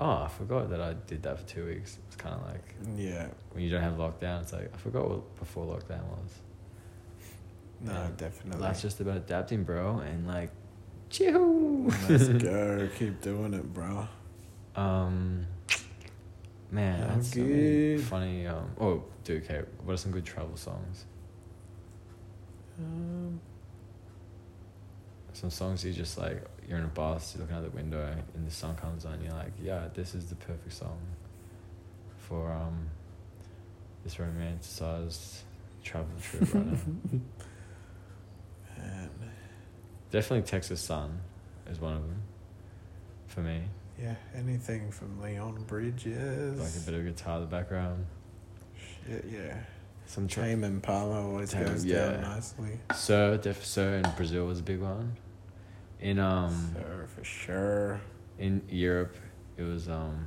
Speaker 1: oh, I forgot that I did that for two weeks. It's kind of like
Speaker 2: Yeah.
Speaker 1: when you don't have lockdown, it's like I forgot what before lockdown was.
Speaker 2: No,
Speaker 1: Yeah.
Speaker 2: definitely.
Speaker 1: That's just about adapting, bro, and like, chew.
Speaker 2: Let's go. Keep doing it, bro.
Speaker 1: Um, man,
Speaker 2: How
Speaker 1: that's so many
Speaker 2: good.
Speaker 1: funny. Um, oh, dude, okay. What are some good travel songs?
Speaker 2: Um,
Speaker 1: Some songs you just like. You're in a bus, you're looking out the window, and this song comes on. You're like, yeah, this is the perfect song for um this romanticized travel trip right now.
Speaker 2: man.
Speaker 1: Definitely Texas Sun is one of them for me.
Speaker 2: Yeah, anything from Leon Bridges.
Speaker 1: Like a bit of guitar in the background.
Speaker 2: Shit, yeah.
Speaker 1: Some tra-
Speaker 2: Tame Impala always
Speaker 1: Tame,
Speaker 2: goes
Speaker 1: yeah.
Speaker 2: down nicely.
Speaker 1: Sir, def Sir in Brazil was a big one. In um
Speaker 2: so for sure.
Speaker 1: in Europe, it was um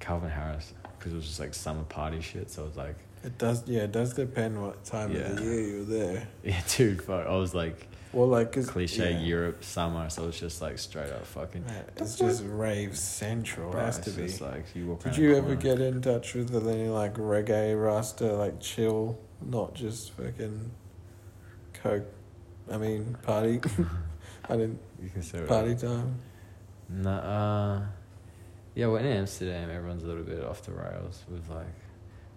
Speaker 1: Calvin Harris because it was just like summer party shit. So it was like,
Speaker 2: It does, yeah. It does depend what time of
Speaker 1: Yeah.
Speaker 2: the year you're there.
Speaker 1: yeah, dude, fuck. I was like
Speaker 2: Well, like 'cause-
Speaker 1: cliche
Speaker 2: yeah.
Speaker 1: Europe summer, so it's just like straight up fucking.
Speaker 2: Yeah, It's just rave central.
Speaker 1: Bro,
Speaker 2: has
Speaker 1: it's
Speaker 2: to be.
Speaker 1: just like you walk
Speaker 2: Did
Speaker 1: around
Speaker 2: you
Speaker 1: the
Speaker 2: ever
Speaker 1: corner.
Speaker 2: get in touch with any like reggae rasta, like chill, not just fucking coke? I mean, party. I didn't
Speaker 1: You can say whatever.
Speaker 2: party time.
Speaker 1: Nah, uh, yeah, well, in Amsterdam, everyone's a little bit off the rails with like,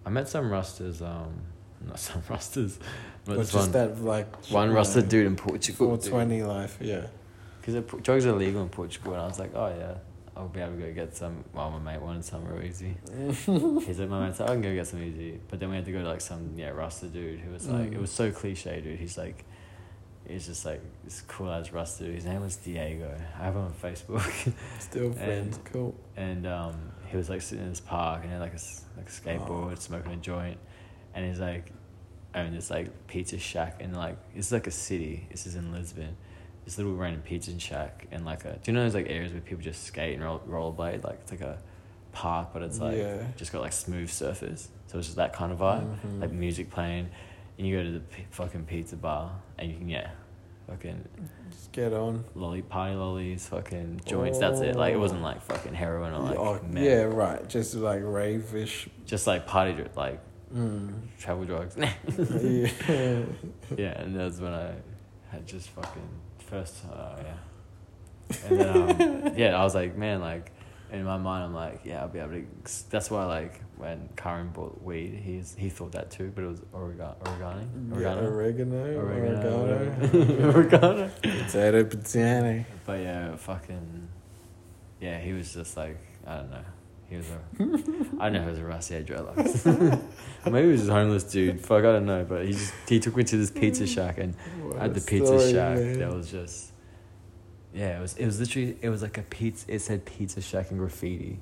Speaker 1: I met some rusters, um, not some rusters, but
Speaker 2: But
Speaker 1: this
Speaker 2: just
Speaker 1: one,
Speaker 2: that like
Speaker 1: one
Speaker 2: you
Speaker 1: ruster
Speaker 2: know,
Speaker 1: dude in Portugal.
Speaker 2: 420 life. Yeah,
Speaker 1: Because drugs are legal in Portugal, and I was like, oh yeah, I'll be able to go get some. Well, my mate wanted some real easy. He's like, my mate's like, I can go get some easy. But then we had to go to like some, yeah, Rasta dude who was like,
Speaker 2: Mm.
Speaker 1: it was so cliche, dude. He's like, he's just like, this cool ass Rasta dude. His name was Diego. I have him on Facebook.
Speaker 2: still friends. cool.
Speaker 1: and um, he was like sitting in this park and had like a s- like a skateboard, smoking a joint, and he's like, I mean, this like pizza shack and like it's like a city. This is in Lisbon. This little random pizza shack and like a do you know those like areas where people just skate and roll rollerblade? Like it's like a park, but it's like
Speaker 2: Yeah.
Speaker 1: just got like smooth surface. So it's just that kind of vibe,
Speaker 2: Mhm.
Speaker 1: like music playing, and you go to the p- fucking pizza bar and you can yeah, fucking
Speaker 2: Just get on.
Speaker 1: lolly party lollies, fucking joints. That's it. Like it wasn't like fucking heroin or like
Speaker 2: Oh,
Speaker 1: meth.
Speaker 2: yeah, right. Just like ravish.
Speaker 1: Just like party dr- like
Speaker 2: Mm.
Speaker 1: travel drugs.
Speaker 2: yeah.
Speaker 1: yeah, and that's when I had just fucking first. Uh, yeah. And then um, yeah, I was like, man, like in my mind, I'm like, yeah, I'll be able to. ex- That's why, like, when Karen bought weed, he's he thought that too, but it was oregano, oregano,
Speaker 2: Yeah,
Speaker 1: oregano,
Speaker 2: oregano,
Speaker 1: oregano,
Speaker 2: oregano,
Speaker 1: whatever. oregano.
Speaker 2: potato, potato.
Speaker 1: But yeah, fucking, yeah, he was just like, I don't know, he was a, I don't know, if it was a rusty head dreadlocks. Maybe he was a homeless dude. Fuck, I don't know. But he just he took me to this pizza shack and
Speaker 2: What
Speaker 1: at
Speaker 2: a
Speaker 1: the pizza
Speaker 2: story,
Speaker 1: shack
Speaker 2: man.
Speaker 1: that was just yeah it was it was literally it was like a pizza it said pizza shack and graffiti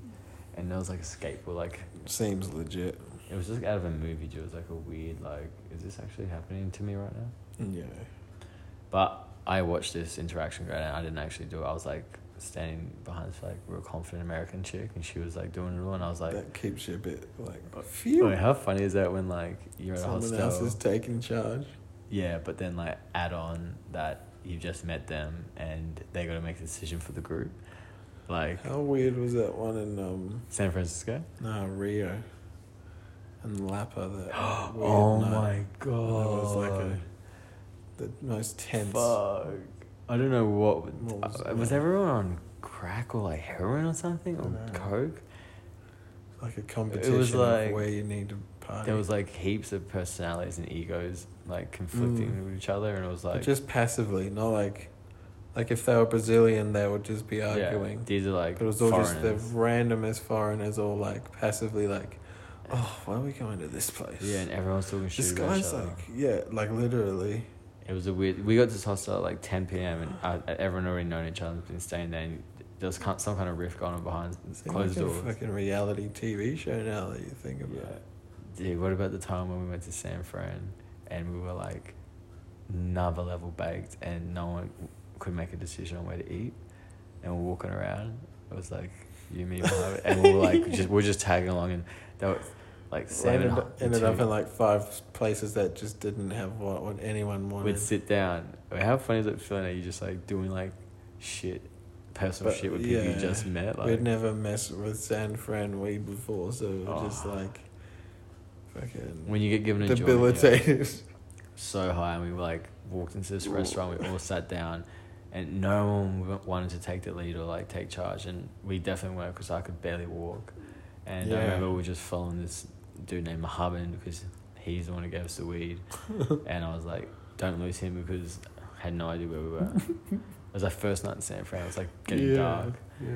Speaker 1: and there was like a skateboard like
Speaker 2: Seems legit.
Speaker 1: it was just out of a movie it was like a weird like is this actually happening to me right now
Speaker 2: Yeah.
Speaker 1: but I watched this interaction go down I didn't actually do it I was like standing behind this like real confident American chick and she was like doing it all and I was like
Speaker 2: that keeps you a bit like,
Speaker 1: I
Speaker 2: phew.
Speaker 1: mean, how funny is that when like you're at a
Speaker 2: Someone
Speaker 1: hostel
Speaker 2: else is taking charge.
Speaker 1: Yeah, but then like add on that you've just met them and they got to make a decision for the group, like
Speaker 2: How weird was that one in um
Speaker 1: San Francisco.
Speaker 2: no Rio and Lapa that weird
Speaker 1: oh
Speaker 2: night.
Speaker 1: my god!
Speaker 2: That was like a the most tense
Speaker 1: fuck. I don't know what,
Speaker 2: What was
Speaker 1: was,
Speaker 2: that?
Speaker 1: was everyone on crack or like heroin or something or
Speaker 2: I know.
Speaker 1: coke.
Speaker 2: like a competition
Speaker 1: like-
Speaker 2: of where you need to party.
Speaker 1: There was like heaps of personalities and egos like conflicting
Speaker 2: Mm.
Speaker 1: with each other, and it was
Speaker 2: But
Speaker 1: like
Speaker 2: just passively, not like like if they were Brazilian they would just be
Speaker 1: yeah,
Speaker 2: arguing.
Speaker 1: these are like
Speaker 2: But it was all just the
Speaker 1: foreigners.
Speaker 2: randomest foreigners all like passively like, Oh, why are we going to this place?
Speaker 1: yeah, and everyone's talking shit.
Speaker 2: this
Speaker 1: about each
Speaker 2: guy's
Speaker 1: other.
Speaker 2: like yeah, like literally.
Speaker 1: It was a weird. We got to this hostel at like ten p.m. and uh, everyone already known each other, been staying there. And there was kind- some kind of riff going on behind
Speaker 2: It's like
Speaker 1: closed
Speaker 2: a
Speaker 1: doors.
Speaker 2: fucking reality TV show now that you think about it.
Speaker 1: Dude, what about the time when we went to San Fran and we were like, another level baked, and no one could make a decision on where to eat, and we're walking around. It was like you, me, Mohammed, and we were like just we're just tagging along, and there was like seven.
Speaker 2: ended,
Speaker 1: hu-
Speaker 2: up- ended up
Speaker 1: two-
Speaker 2: in like five places that just didn't have what, what anyone wanted.
Speaker 1: would sit down. How funny is it feeling that you're just like doing like shit, personal
Speaker 2: But,
Speaker 1: shit with people
Speaker 2: yeah,
Speaker 1: you just met? Like,
Speaker 2: We'd never messed with San Fran weed before, so we were
Speaker 1: Oh.
Speaker 2: just like fucking
Speaker 1: when you get given a joint, you're
Speaker 2: debilitated.
Speaker 1: so high, and we were like walked into this restaurant. We all sat down, and no one w- wanted to take the lead or like take charge, and we definitely weren't because I could barely walk. And I
Speaker 2: Yeah.
Speaker 1: remember we were just following this dude named Mohammed because he's the one who gave us the weed, and I was like, don't lose him because I had no idea where we were. it was our first night in San Fran. It was like getting
Speaker 2: yeah,
Speaker 1: dark.
Speaker 2: Yeah.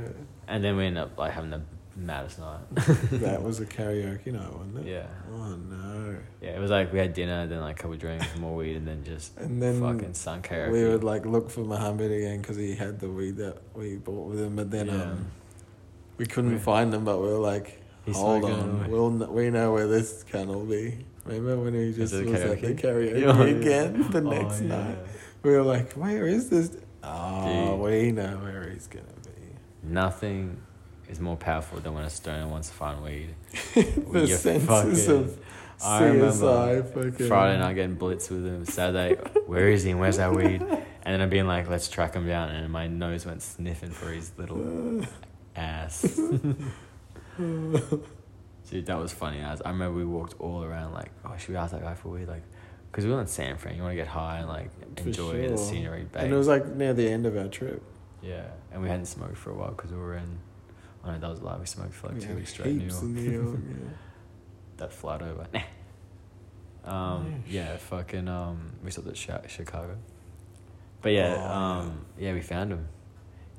Speaker 1: And then we end up like having the maddest night.
Speaker 2: that was a karaoke night, wasn't it?
Speaker 1: yeah.
Speaker 2: Oh no.
Speaker 1: Yeah, it was like we had dinner, then like a couple drinks, more weed, and then just
Speaker 2: And then
Speaker 1: fucking sun karaoke.
Speaker 2: we would like look for Muhammad again because he had the weed that we bought with him, but then
Speaker 1: Yeah.
Speaker 2: um, we couldn't
Speaker 1: We-
Speaker 2: find him. But we were like,
Speaker 1: He's
Speaker 2: hold
Speaker 1: not
Speaker 2: on,
Speaker 1: going away."
Speaker 2: we'll kn- we know where this can all be. Remember when we just
Speaker 1: it
Speaker 2: was
Speaker 1: the
Speaker 2: at the
Speaker 1: karaoke?
Speaker 2: karaoke
Speaker 1: Yeah, yeah.
Speaker 2: again the
Speaker 1: Oh,
Speaker 2: next
Speaker 1: yeah.
Speaker 2: night? We were like, where is this? Oh, we know where he's gonna be.
Speaker 1: Nothing is more powerful than when a stoner wants to find weed.
Speaker 2: the
Speaker 1: You're
Speaker 2: senses of
Speaker 1: I remember
Speaker 2: CSI fucking
Speaker 1: Friday night getting blitzed with him. Saturday, where is he? Where's that weed? And then I'm being like, let's track him down. And my nose went sniffing for his little ass. Dude, that was funny. As I remember, we walked all around like, oh, should we ask that guy for weed? Like, because we were in San Fran, you want to get high and like
Speaker 2: For
Speaker 1: enjoy the
Speaker 2: sure.
Speaker 1: scenery. Babe.
Speaker 2: And it was like near the end of our trip.
Speaker 1: yeah, and we hadn't smoked for a while because we were in. I know that was live. We smoked for like
Speaker 2: We
Speaker 1: two
Speaker 2: had
Speaker 1: weeks straight. in New
Speaker 2: heaps
Speaker 1: York.
Speaker 2: in New York, yeah.
Speaker 1: that flight over. um, yeah, fucking. Um, we stopped at Chi- Chicago, but yeah,
Speaker 2: Oh,
Speaker 1: um, yeah, we found him.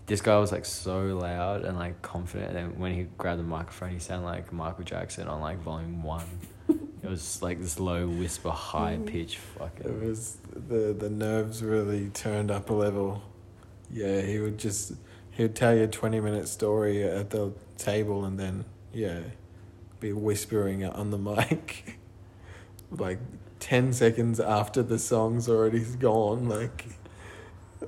Speaker 1: This guy was like so loud and like confident, and then when he grabbed the microphone, he sounded like Michael Jackson on like volume one. it was like this low whisper, high pitch,
Speaker 2: It
Speaker 1: fucking.
Speaker 2: was the the nerves really turned up a level. Yeah, he would just he would tell you a twenty minute story at the table and then yeah, be whispering it on the mic, like ten seconds after the song's already gone. Like,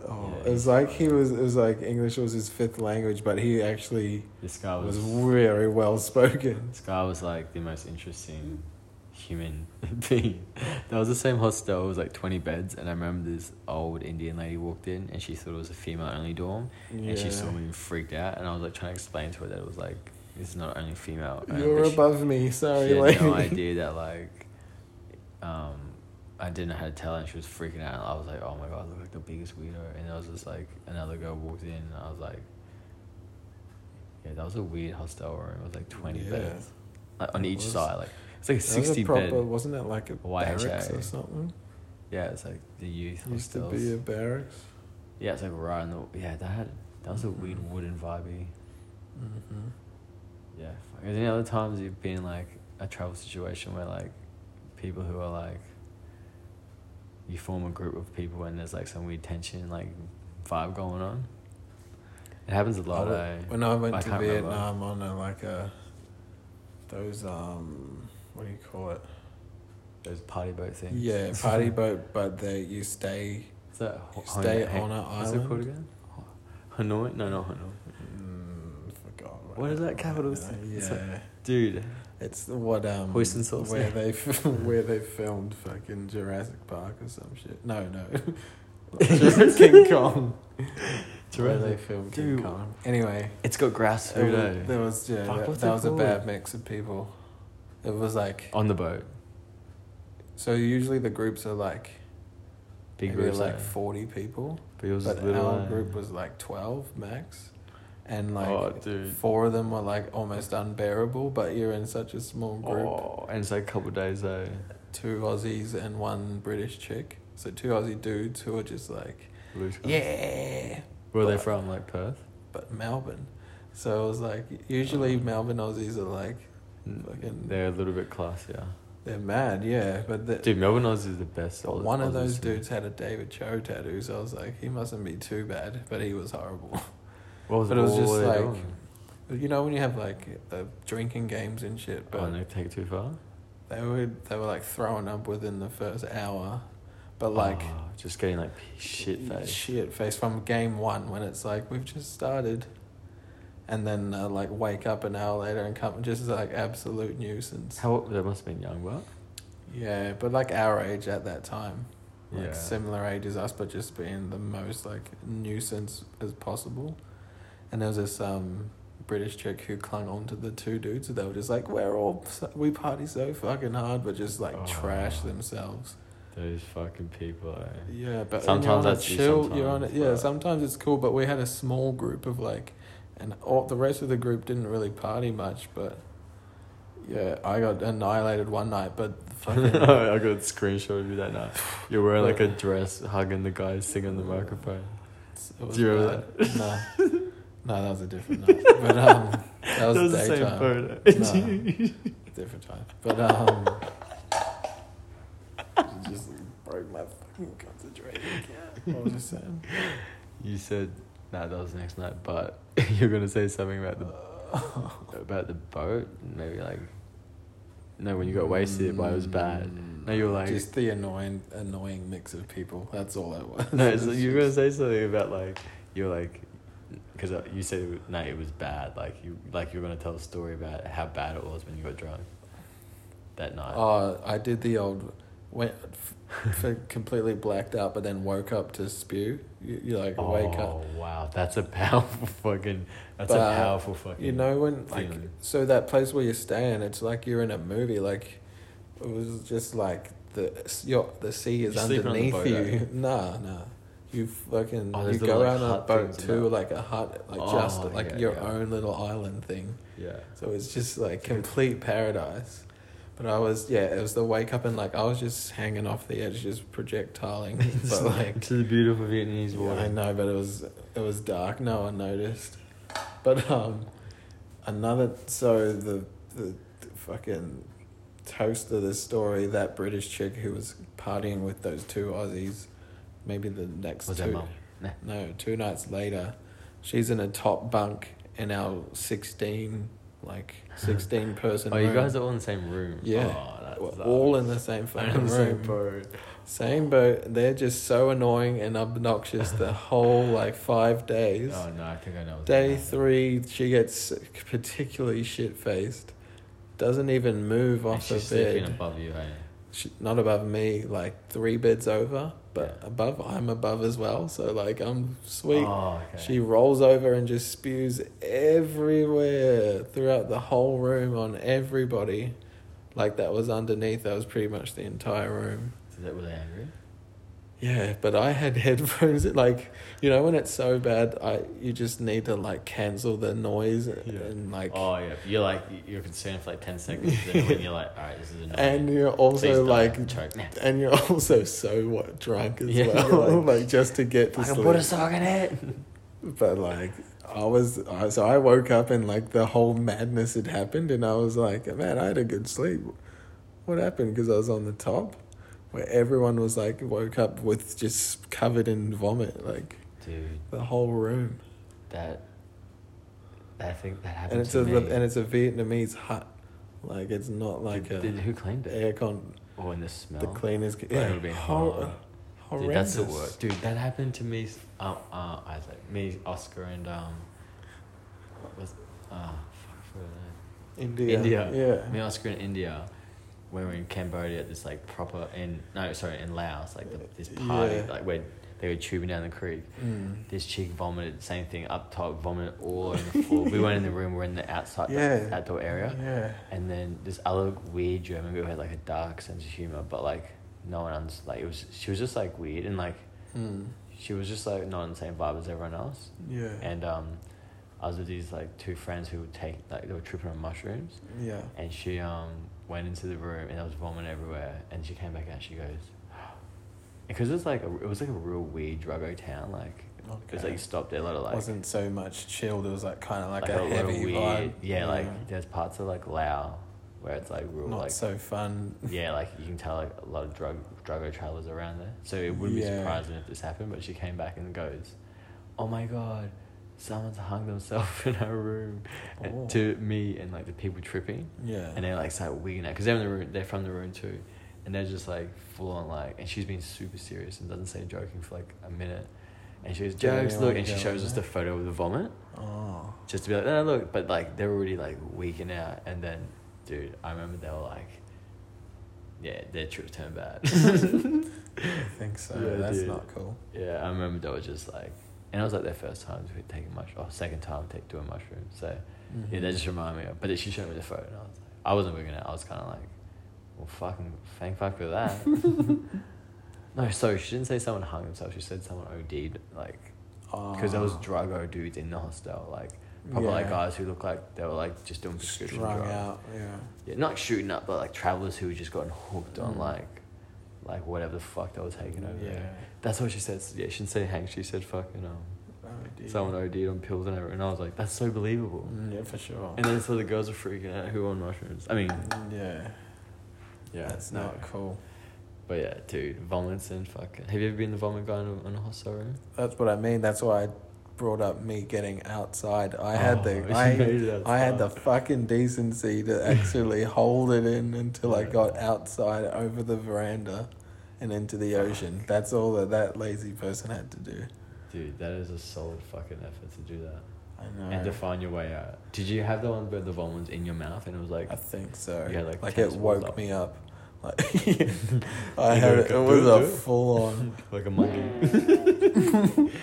Speaker 2: oh,
Speaker 1: Yeah,
Speaker 2: it was
Speaker 1: he's
Speaker 2: like he was it was like English was his fifth language, but he actually
Speaker 1: This guy
Speaker 2: was
Speaker 1: was.
Speaker 2: very well spoken.
Speaker 1: This guy was like the most interesting human being. That was the same hostel, it was like 20 beds, and I remember this old Indian lady walked in and she thought it was a female only dorm,
Speaker 2: Yeah.
Speaker 1: and she saw me and freaked out, and I was like trying to explain to her that it was like, it's not only female. only,
Speaker 2: You're
Speaker 1: but she-
Speaker 2: above me, sorry,
Speaker 1: she had
Speaker 2: lady.
Speaker 1: no idea that like, um, I didn't know how to tell, her and she was freaking out. I was like, "Oh my god, I look like the biggest weirdo!" And I was just like, another girl walked in, and I was like, Yeah, that was a weird hostel room. It was like twenty
Speaker 2: Yeah.
Speaker 1: beds like, on
Speaker 2: It
Speaker 1: each
Speaker 2: was.
Speaker 1: side. Like it's like a
Speaker 2: That was a
Speaker 1: sixty
Speaker 2: proper,
Speaker 1: bed.
Speaker 2: Wasn't it like a
Speaker 1: YHA.
Speaker 2: barracks or something?
Speaker 1: Yeah, it's like the youth
Speaker 2: Used to
Speaker 1: hostels.
Speaker 2: be a barracks.
Speaker 1: Yeah, it's like right in the yeah. That had that was a weird wooden vibey.
Speaker 2: Mm-hmm.
Speaker 1: Yeah. fuck. Is there any other times you've been in, like a travel situation where like people who are like you form a group of people and there's like some weird tension like vibe going on? It happens a lot. eh?
Speaker 2: When I went
Speaker 1: I
Speaker 2: to
Speaker 1: can't remember.
Speaker 2: Vietnam on a, like a those um what do you call it?
Speaker 1: Those party boat things.
Speaker 2: Yeah, party boat, but they you stay
Speaker 1: Is that
Speaker 2: you
Speaker 1: Ho-
Speaker 2: stay
Speaker 1: Hoi-
Speaker 2: on an
Speaker 1: What's it called
Speaker 2: island.
Speaker 1: again? Hanoi? No, not Hanoi.
Speaker 2: Mm, forgot.
Speaker 1: What is that capital
Speaker 2: Uh,
Speaker 1: city? It's like-
Speaker 2: Yeah,
Speaker 1: Dude,
Speaker 2: it's what um
Speaker 1: Hoist and Sauce.
Speaker 2: where they f- where they filmed fucking Jurassic Park or some shit. No, no, King Kong. Where they
Speaker 1: Jurassic-
Speaker 2: filmed King
Speaker 1: Dude.
Speaker 2: Kong. Anyway,
Speaker 1: it's got grass
Speaker 2: It
Speaker 1: food.
Speaker 2: was,
Speaker 1: eh?
Speaker 2: there was yeah,
Speaker 1: Fuck,
Speaker 2: that,
Speaker 1: what's
Speaker 2: that
Speaker 1: it
Speaker 2: was
Speaker 1: called?
Speaker 2: a bad mix of people. It was like
Speaker 1: On the boat,
Speaker 2: so usually the groups are like
Speaker 1: big
Speaker 2: maybe
Speaker 1: groups
Speaker 2: like
Speaker 1: eh?
Speaker 2: forty people,
Speaker 1: But it was
Speaker 2: but
Speaker 1: little.
Speaker 2: our
Speaker 1: eh?
Speaker 2: group was like twelve max, and like
Speaker 1: Oh,
Speaker 2: four
Speaker 1: dude.
Speaker 2: of them were like almost unbearable. But you're in such a small group,
Speaker 1: Oh, and it's like a couple days though.
Speaker 2: two Aussies and one British chick. So two Aussie dudes who are just like yeah,
Speaker 1: Where are they
Speaker 2: But-
Speaker 1: from? Like Perth?
Speaker 2: but Melbourne. So it was like
Speaker 1: Um,
Speaker 2: usually Melbourne Aussies are like Fucking-
Speaker 1: They're a little bit classier.
Speaker 2: they're mad, yeah, but the,
Speaker 1: Dude, Melbourne Aussies is the best. Aus-
Speaker 2: One of
Speaker 1: Aussies
Speaker 2: those
Speaker 1: to me.
Speaker 2: dudes had a David Cho tattoo, so I was like, he mustn't be too bad, but he was horrible.
Speaker 1: What was
Speaker 2: but it was
Speaker 1: what
Speaker 2: just
Speaker 1: were they
Speaker 2: like-
Speaker 1: doing?
Speaker 2: But you know when you have like the drinking games and shit, but
Speaker 1: oh, no, take it too far.
Speaker 2: they were they were like throwing up within the first hour, but like
Speaker 1: Oh, just getting like shit face.
Speaker 2: shit face from game one when it's like we've just started, and then uh, like wake up an hour later and come just like absolute nuisance.
Speaker 1: How old- they must have been young, but
Speaker 2: Yeah, but like our age at that time. Like
Speaker 1: Yeah.
Speaker 2: similar age as us, but just being the most like nuisance as possible. And there was this um British chick who clung on to the two dudes. and They were just like, we're all so- we party so fucking hard, but just like trash
Speaker 1: Oh.
Speaker 2: themselves.
Speaker 1: those fucking people. eh?
Speaker 2: Yeah, but
Speaker 1: Sometimes
Speaker 2: sometimes that's
Speaker 1: that's you
Speaker 2: chill. you're on it.
Speaker 1: sometimes,
Speaker 2: Yeah,
Speaker 1: but-
Speaker 2: sometimes it's cool. But we had a small group of like, and all the rest of the group didn't really party much. But yeah, I got annihilated one night. But
Speaker 1: Oh, I
Speaker 2: fucking.
Speaker 1: got a screenshot of you that night. You're wearing like a dress, hugging the guy, singing the microphone.
Speaker 2: It was
Speaker 1: Do you remember
Speaker 2: bad. No. No, that was a different night. But um that was,
Speaker 1: that was the same
Speaker 2: daytime.
Speaker 1: photo.
Speaker 2: No. different time. But um it just broke my fucking concentration. What was I saying?
Speaker 1: You said, nah, that was next night, but you're gonna say something about the
Speaker 2: Uh,
Speaker 1: about the boat, maybe like. No, when you got wasted, but it was bad. No, you were like,
Speaker 2: just the annoying annoying mix of people. That's all it was.
Speaker 1: no, so
Speaker 2: It's
Speaker 1: you were gonna
Speaker 2: just-
Speaker 1: say something about like you're like, because you said it wa- no, it was bad. Like you like you were gonna tell a story about how bad it was when you got drunk that night.
Speaker 2: Oh, I did the old went f- f- completely blacked out but then woke up to spew. You, you like wake up
Speaker 1: Oh, wow, that's a powerful fucking. That's
Speaker 2: But, uh,
Speaker 1: a powerful fucking.
Speaker 2: You know when like
Speaker 1: feeling.
Speaker 2: so that place where you're staying, it's like you're in a movie. Like it was just like the your the sea is
Speaker 1: You're sleeping on the
Speaker 2: underneath
Speaker 1: boat, eh?
Speaker 2: you. Nah, nah. You fucking
Speaker 1: Oh,
Speaker 2: you
Speaker 1: there's the
Speaker 2: go
Speaker 1: little,
Speaker 2: out
Speaker 1: like,
Speaker 2: on a
Speaker 1: hut
Speaker 2: boat
Speaker 1: things and
Speaker 2: to
Speaker 1: that.
Speaker 2: like a hut, like
Speaker 1: Oh,
Speaker 2: just like
Speaker 1: yeah,
Speaker 2: your
Speaker 1: yeah.
Speaker 2: own little island thing.
Speaker 1: Yeah.
Speaker 2: So it's just like complete paradise. But I was yeah, it was the wake up and like I was just hanging off the edge, just projectiling. but like
Speaker 1: to the beautiful Vietnamese
Speaker 2: yeah, I know, but it was it was dark. No one noticed. But um, another so the the, the fucking toast of the story that British chick who was partying with those two Aussies, maybe the next
Speaker 1: Was
Speaker 2: two
Speaker 1: that mum? Nah.
Speaker 2: no two nights later, she's in a top bunk in our sixteen like sixteen person.
Speaker 1: Oh, you
Speaker 2: room.
Speaker 1: guys are all in the same room.
Speaker 2: Yeah.
Speaker 1: Oh, that's
Speaker 2: We're all in the same
Speaker 1: I'm
Speaker 2: fucking
Speaker 1: in the
Speaker 2: room.
Speaker 1: same boat.
Speaker 2: Same boat. They're just so annoying and obnoxious the whole like five days.
Speaker 1: Oh no, I think I know. what's
Speaker 2: Day
Speaker 1: going on.
Speaker 2: three, she gets sick, particularly shit faced. Doesn't even move
Speaker 1: And
Speaker 2: off the
Speaker 1: she's sleeping
Speaker 2: bed.
Speaker 1: above you, eh? hey?
Speaker 2: She, not above me, like three beds over, but
Speaker 1: Yeah.
Speaker 2: above I'm above as well. So like I'm sweet.
Speaker 1: Oh, okay.
Speaker 2: She rolls over and just spews everywhere throughout the whole room on everybody. Like that was underneath. That was pretty much the entire room.
Speaker 1: Is that, were they angry?
Speaker 2: Yeah, but I had headphones. Like you know, when it's so bad, I you just need to like cancel the noise and like.
Speaker 1: Oh yeah, you're like you're concerned for like ten seconds, and when you're like, all right, this is annoying.
Speaker 2: And you're
Speaker 1: Please
Speaker 2: also
Speaker 1: don't
Speaker 2: like,
Speaker 1: choke now.
Speaker 2: and you're also so what drunk as
Speaker 1: Yeah,
Speaker 2: well,
Speaker 1: you're
Speaker 2: like, just to get to
Speaker 1: I can
Speaker 2: sleep.
Speaker 1: put a sock in it.
Speaker 2: But like I was, I, so I woke up and like the whole madness had happened, and I was like, man, I had a good sleep. What happened? Because I was on the top, where everyone was like woke up with just covered in vomit, like
Speaker 1: Dude,
Speaker 2: the whole room,
Speaker 1: that that thing that happened
Speaker 2: and it's
Speaker 1: to
Speaker 2: a
Speaker 1: me.
Speaker 2: and it's a Vietnamese hut, like it's not like
Speaker 1: Did-
Speaker 2: a
Speaker 1: did- who cleaned it?
Speaker 2: aircon.
Speaker 1: Oh, and the smell.
Speaker 2: The cleaners,
Speaker 1: it
Speaker 2: yeah,
Speaker 1: would've been
Speaker 2: hor-
Speaker 1: horrible. Dude, that's the
Speaker 2: horrendous.
Speaker 1: worst. Dude, that happened to me. Um, uh, Isaac, me, Oscar, and um, what was uh, fuck, I forgot her name.
Speaker 2: India,
Speaker 1: India.
Speaker 2: yeah.
Speaker 1: me, Oscar, in India, we were in Cambodia at this like proper in no sorry in Laos like the, this party
Speaker 2: Yeah.
Speaker 1: like where they were tubing down the creek.
Speaker 2: Mm.
Speaker 1: This chick vomited same thing up top, vomit all over the floor. we weren't in the room, we are in the outside
Speaker 2: Yeah.
Speaker 1: the outdoor area.
Speaker 2: Yeah.
Speaker 1: And then this other weird German girl had like a dark sense of humor, but like no one else like it was she was just like weird and like
Speaker 2: Mm.
Speaker 1: she was just like not in the same vibe as everyone else.
Speaker 2: Yeah.
Speaker 1: And um, I was with these like two friends who would take like they were tripping on mushrooms,
Speaker 2: yeah.
Speaker 1: and she um went into the room and there was vomit everywhere, and she came back out. She goes, because it's like a, it was like a real weird druggo town, like because
Speaker 2: Okay.
Speaker 1: like you stopped there a lot of like
Speaker 2: wasn't so much chilled. It was like kind of like,
Speaker 1: like
Speaker 2: a,
Speaker 1: real
Speaker 2: heavy vibe.
Speaker 1: yeah, like there's parts of like Lao where it's like real
Speaker 2: not
Speaker 1: like
Speaker 2: so fun.
Speaker 1: yeah, like you can tell like a lot of drug druggo travelers around there. So it wouldn't be
Speaker 2: Yeah.
Speaker 1: surprising if this happened. But she came back and goes, "Oh my god, someone's hung themselves in her room," and-
Speaker 2: Oh.
Speaker 1: to me and like the people tripping,
Speaker 2: Yeah,
Speaker 1: and they're like start wigging out because they're in the room. They're from the room too, and they're just like full on like. And she's been super serious and doesn't say joking for like a minute. And she goes,
Speaker 2: Did
Speaker 1: jokes, look,
Speaker 2: anyone
Speaker 1: and she
Speaker 2: go
Speaker 1: shows
Speaker 2: in
Speaker 1: us the
Speaker 2: there?
Speaker 1: photo of the vomit
Speaker 2: oh,
Speaker 1: just to be like, no, look, but like they're already like weaking out, and then, dude, I remember they were like, yeah, their trip turned bad.
Speaker 2: I think so.
Speaker 1: Yeah,
Speaker 2: That's
Speaker 1: dude.
Speaker 2: not cool.
Speaker 1: yeah, I remember they were just like, and it was like their first time to be taking mushrooms, or second time take doing mushrooms. So yeah,
Speaker 2: Mm-hmm.
Speaker 1: that just reminded me of. But then she showed me the photo, and I was like, I wasn't weaking out. I was kind of like, well, fucking thank fuck for that. no, so she didn't say someone hung themselves. She said someone OD'd, like because there was
Speaker 2: Ah,
Speaker 1: drugo dudes in the hostel, like. Probably like
Speaker 2: yeah.
Speaker 1: guys who look like they were like just doing prescription
Speaker 2: strung
Speaker 1: drugs.
Speaker 2: out. Yeah,
Speaker 1: Yeah, not shooting up, but like travelers who just gotten hooked on
Speaker 2: Mm.
Speaker 1: like, like whatever the fuck they were taking over.
Speaker 2: yeah.
Speaker 1: there. that's what she said. Yeah, she didn't say Hank. She said fucking um,
Speaker 2: Oh, dear.
Speaker 1: someone OD'd on pills and everything. And I was like, that's so believable.
Speaker 2: Mm, yeah, for sure.
Speaker 1: And then so the girls are freaking out who were on mushrooms. I mean,
Speaker 2: Mm, yeah,
Speaker 1: yeah,
Speaker 2: that's
Speaker 1: no.
Speaker 2: not cool.
Speaker 1: But yeah, dude, vomits and fucking. Have you ever been the vomit guy in a, in a hostel room?
Speaker 2: That's what I mean. That's why I brought up me getting outside. I had
Speaker 1: Oh,
Speaker 2: the
Speaker 1: you
Speaker 2: I,
Speaker 1: made it
Speaker 2: I had the
Speaker 1: outside.
Speaker 2: fucking decency to actually hold it in until I
Speaker 1: Yeah.
Speaker 2: got outside over the veranda and into the ocean. That's all that that lazy person had to do.
Speaker 1: Dude, that is a solid fucking effort to do that
Speaker 2: I know.
Speaker 1: and to find your way out. Did you have the one where the vomit was in your mouth and it was like?
Speaker 2: I think so.
Speaker 1: Yeah,
Speaker 2: like,
Speaker 1: like
Speaker 2: it
Speaker 1: tennis balls
Speaker 2: woke
Speaker 1: up.
Speaker 2: me up. Like I
Speaker 1: You woke
Speaker 2: had it, it
Speaker 1: up,
Speaker 2: was
Speaker 1: do it,
Speaker 2: a
Speaker 1: do it.
Speaker 2: full on.
Speaker 1: like a monkey.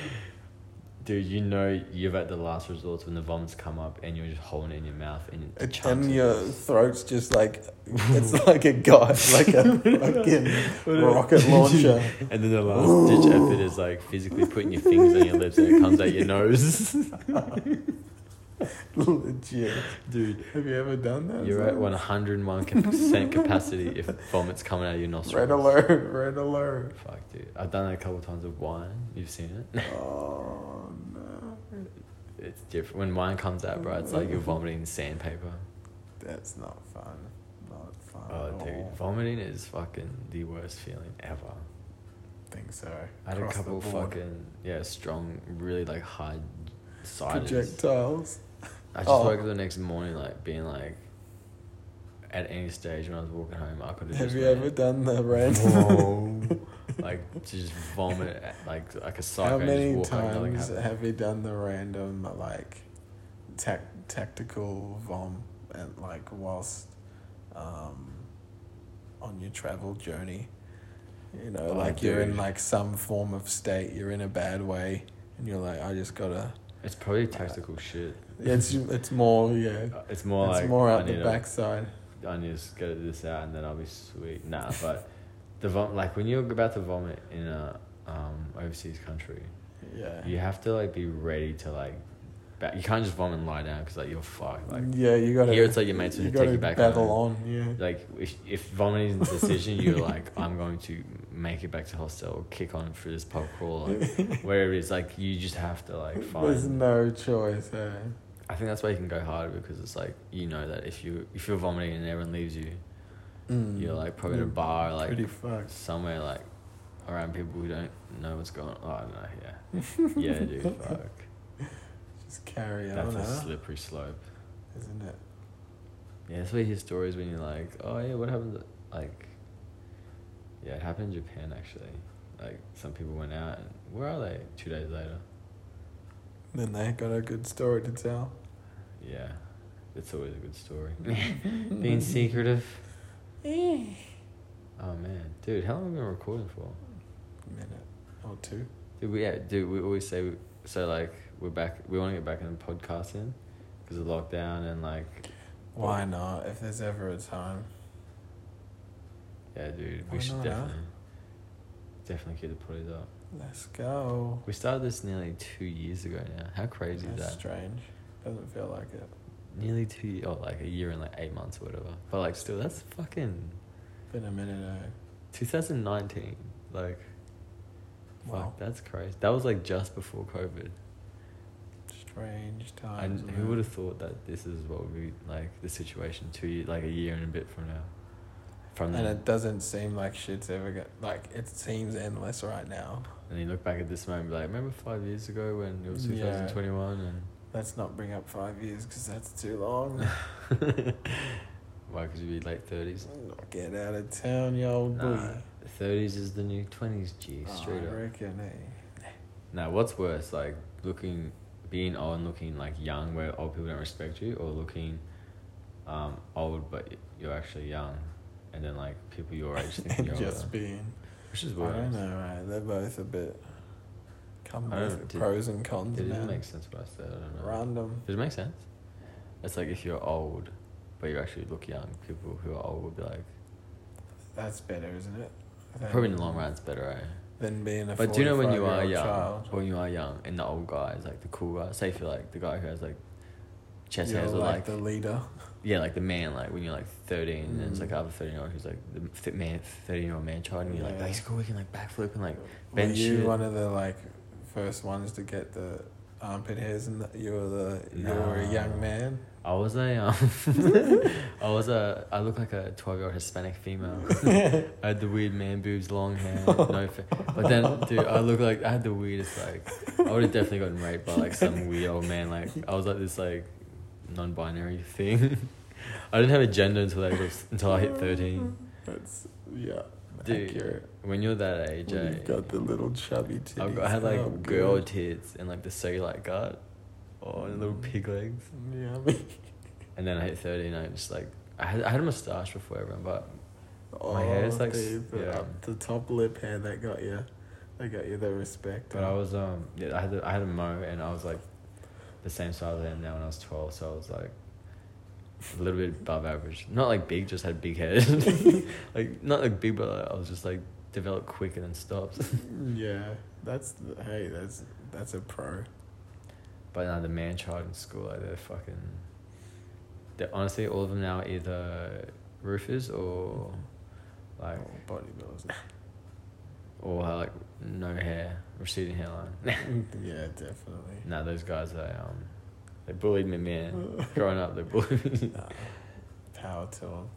Speaker 1: Dude, you know you're at the last resort when the vomits come up and you're just holding it in your mouth and it chunks
Speaker 2: And
Speaker 1: it.
Speaker 2: your throat's just like it's like a guy, like a fucking rocket launcher.
Speaker 1: And then "Oh, the last ditch effort is like physically putting your fingers on your lips and it comes out your nose.
Speaker 2: Legit.
Speaker 1: Dude,
Speaker 2: Have you ever done that?
Speaker 1: you're at
Speaker 2: Simon?
Speaker 1: 101 percent capacity if vomits coming out of your nostrils.
Speaker 2: Red alert! Red alert!
Speaker 1: Fuck, dude. I've done it a couple times with wine. You've seen it.
Speaker 2: Oh no,
Speaker 1: It's different when wine comes out, bro. It's like you're vomiting sandpaper.
Speaker 2: that's not fun. Not fun.
Speaker 1: Oh,
Speaker 2: at
Speaker 1: dude,
Speaker 2: all.
Speaker 1: vomiting is fucking the worst feeling ever.
Speaker 2: think so.
Speaker 1: I had
Speaker 2: Across
Speaker 1: a couple
Speaker 2: the board.
Speaker 1: fucking yeah, strong, really like hard sides.
Speaker 2: projectiles.
Speaker 1: I just
Speaker 2: oh.
Speaker 1: woke up the next morning like being like, at any stage when I was walking home, I could
Speaker 2: Have you ever done the random?
Speaker 1: Whoa. like to just vomit at- like like a psycho.
Speaker 2: How many
Speaker 1: just walk home, nothing
Speaker 2: times
Speaker 1: happened.
Speaker 2: have you done the random like tac- tactical vom and like whilst um, on your travel journey? You know,
Speaker 1: Oh,
Speaker 2: like you're in
Speaker 1: dude.
Speaker 2: like some form of state, you're in a bad way, and you're like, I just gotta.
Speaker 1: It's probably tactical shit. Uh,
Speaker 2: It's it's more yeah.
Speaker 1: It's more
Speaker 2: it's
Speaker 1: like
Speaker 2: more
Speaker 1: I
Speaker 2: out the
Speaker 1: need to-
Speaker 2: backside.
Speaker 1: I need to just get this out and then I'll be sweet. Nah, but the vom- like when you're about to vomit in a um, overseas country,
Speaker 2: Yeah.
Speaker 1: you have to like be ready to like. Ba- you can't just vomit and lie down because like you're fucked. Like
Speaker 2: yeah, you gotta.
Speaker 1: here it's like your mates will
Speaker 2: you
Speaker 1: take you
Speaker 2: gotta
Speaker 1: back
Speaker 2: battle
Speaker 1: home.
Speaker 2: on. Yeah.
Speaker 1: like if, if vomiting is a decision, you're like I'm going to make it back to hostel, kick on through this pub crawl, like, wherever it is. Like you just have to like
Speaker 2: There's
Speaker 1: find.
Speaker 2: no choice. Eh?
Speaker 1: I think that's why you can go harder because it's like you know that if you if you're vomiting and everyone leaves you,
Speaker 2: Mm.
Speaker 1: you're like probably in a
Speaker 2: You're
Speaker 1: bar like
Speaker 2: pretty fucked.
Speaker 1: somewhere like around people who don't know what's going on. Oh, I don't know. Yeah, yeah, dude. Fuck.
Speaker 2: Just carry
Speaker 1: That's
Speaker 2: on.
Speaker 1: a
Speaker 2: huh?
Speaker 1: slippery slope.
Speaker 2: Isn't it?
Speaker 1: Yeah, that's why you hear stories when you're like, oh yeah, what happened? to-" Like, yeah, it happened in Japan actually. Like some people went out and where are they? Two days later.
Speaker 2: Then they got a good story to tell.
Speaker 1: Yeah, it's always a good story. Being secretive. oh man, dude, how long have we been recording for?
Speaker 2: Minute or two.
Speaker 1: Dude, we yeah, dude, we always say so. Like, we're back. We want to get back in podcasting because of lockdown and like,
Speaker 2: Why not? If there's ever a time.
Speaker 1: yeah, dude,
Speaker 2: Why
Speaker 1: we should
Speaker 2: not, huh?
Speaker 1: definitely, definitely keep the potties up.
Speaker 2: Let's go.
Speaker 1: We started this nearly two years ago now. How crazy is
Speaker 2: That's
Speaker 1: that?
Speaker 2: strange. Doesn't feel like it.
Speaker 1: nearly two, ye- or like a year and like eight months or whatever. But like, still, that's fucking
Speaker 2: Been a minute. Eh?
Speaker 1: 2019. Like,
Speaker 2: Wow.
Speaker 1: fuck, that's crazy. That was like just before COVID.
Speaker 2: Strange
Speaker 1: And
Speaker 2: times. eh?
Speaker 1: who
Speaker 2: man.
Speaker 1: would have thought that this is what would be like the situation two, ye- like a year and a bit from now? From then.
Speaker 2: And it doesn't seem like shit's ever go- like it seems endless right now.
Speaker 1: And you look back at this moment, and be like, remember five years ago when it was
Speaker 2: Yeah.
Speaker 1: 2021
Speaker 2: Let's not bring up five years because that's too long.
Speaker 1: and why? Because you'd be late 30s.
Speaker 2: Get out of town, you old boy.
Speaker 1: Nah, 30s is the new 20s, G. Straight
Speaker 2: Oh, I
Speaker 1: up.
Speaker 2: reckon. Eh?
Speaker 1: Now, what's worse, like looking, being old and looking like young, where old people don't respect you, or looking, um, old but you're actually young, and then like people your age think you're
Speaker 2: And
Speaker 1: just
Speaker 2: just being.
Speaker 1: which is
Speaker 2: I
Speaker 1: worse.
Speaker 2: don't know. Right? They're both a bit. Come
Speaker 1: I
Speaker 2: with
Speaker 1: don't- did-
Speaker 2: pros and cons,
Speaker 1: It doesn't
Speaker 2: man.
Speaker 1: make sense what I said. I don't know.
Speaker 2: Random.
Speaker 1: Does it make sense? It's like if you're old, but you actually look young, people who are old would be like,
Speaker 2: That's better, isn't it?
Speaker 1: probably in
Speaker 2: Than-
Speaker 1: the long run, it's better, right?
Speaker 2: Than being a.
Speaker 1: But do you know when you are
Speaker 2: 45-year-old
Speaker 1: young,
Speaker 2: Child.
Speaker 1: when you are young, and the old guys, like the cool guy, say if you're like the guy who has like chest
Speaker 2: You're
Speaker 1: hairs or
Speaker 2: like,
Speaker 1: like
Speaker 2: the leader.
Speaker 1: Yeah, like the man, like when you're like 13, and it's like
Speaker 2: Mm.
Speaker 1: other 13 year old who's like the fit man, 13 year old man child, and you're like,
Speaker 2: Yeah.
Speaker 1: like, he's cool, he can like backflip and like
Speaker 2: Were
Speaker 1: bench
Speaker 2: you
Speaker 1: shit.
Speaker 2: one of the like first ones to get the armpit hairs, and that you were the you were a
Speaker 1: No.
Speaker 2: young man?
Speaker 1: I was a, um, I was a, I look like a 12 year old Hispanic female. I had the weird man boobs, long hair, no fa- But then, dude, I look like, I had the weirdest, like, I would have definitely gotten raped by like some weird old man. Like, I was like this, like, non binary thing. I didn't have a gender until I, was, until I hit
Speaker 2: Mm.
Speaker 1: 13.
Speaker 2: That's yeah,
Speaker 1: Dude,
Speaker 2: accurate.
Speaker 1: When you're that age,
Speaker 2: When
Speaker 1: eh,
Speaker 2: You've got the little chubby titties.
Speaker 1: I've got, I had like
Speaker 2: oh,
Speaker 1: girl
Speaker 2: good. Mm.
Speaker 1: tits and like the cellulite gut, oh, and little pig legs.
Speaker 2: Yummy.
Speaker 1: And then I hit thirty, and I just like I had I had a mustache before everyone, but
Speaker 2: Oh,
Speaker 1: hair's like s-
Speaker 2: dude, the,
Speaker 1: yeah.
Speaker 2: um, the top lip hair that got you, that got you the respect.
Speaker 1: but I was um yeah I had a, I had a mo and I was like the same size I am now when I was twelve, so I was like a little bit above average. Not like big, just had big head. like not like big, but like, I was just like developed quick and then stopped.
Speaker 2: yeah, that's hey, that's that's a pro.
Speaker 1: But now the man child in school, like they're fucking. They're honestly all of them now are either roofers or, like,
Speaker 2: oh, bodybuilders.
Speaker 1: or have, like no hair, receding hairline.
Speaker 2: yeah, definitely.
Speaker 1: now those guys are um, they bullied me,
Speaker 2: Mm.
Speaker 1: man. Growing up, they bullied me.
Speaker 2: Nah. Power tool.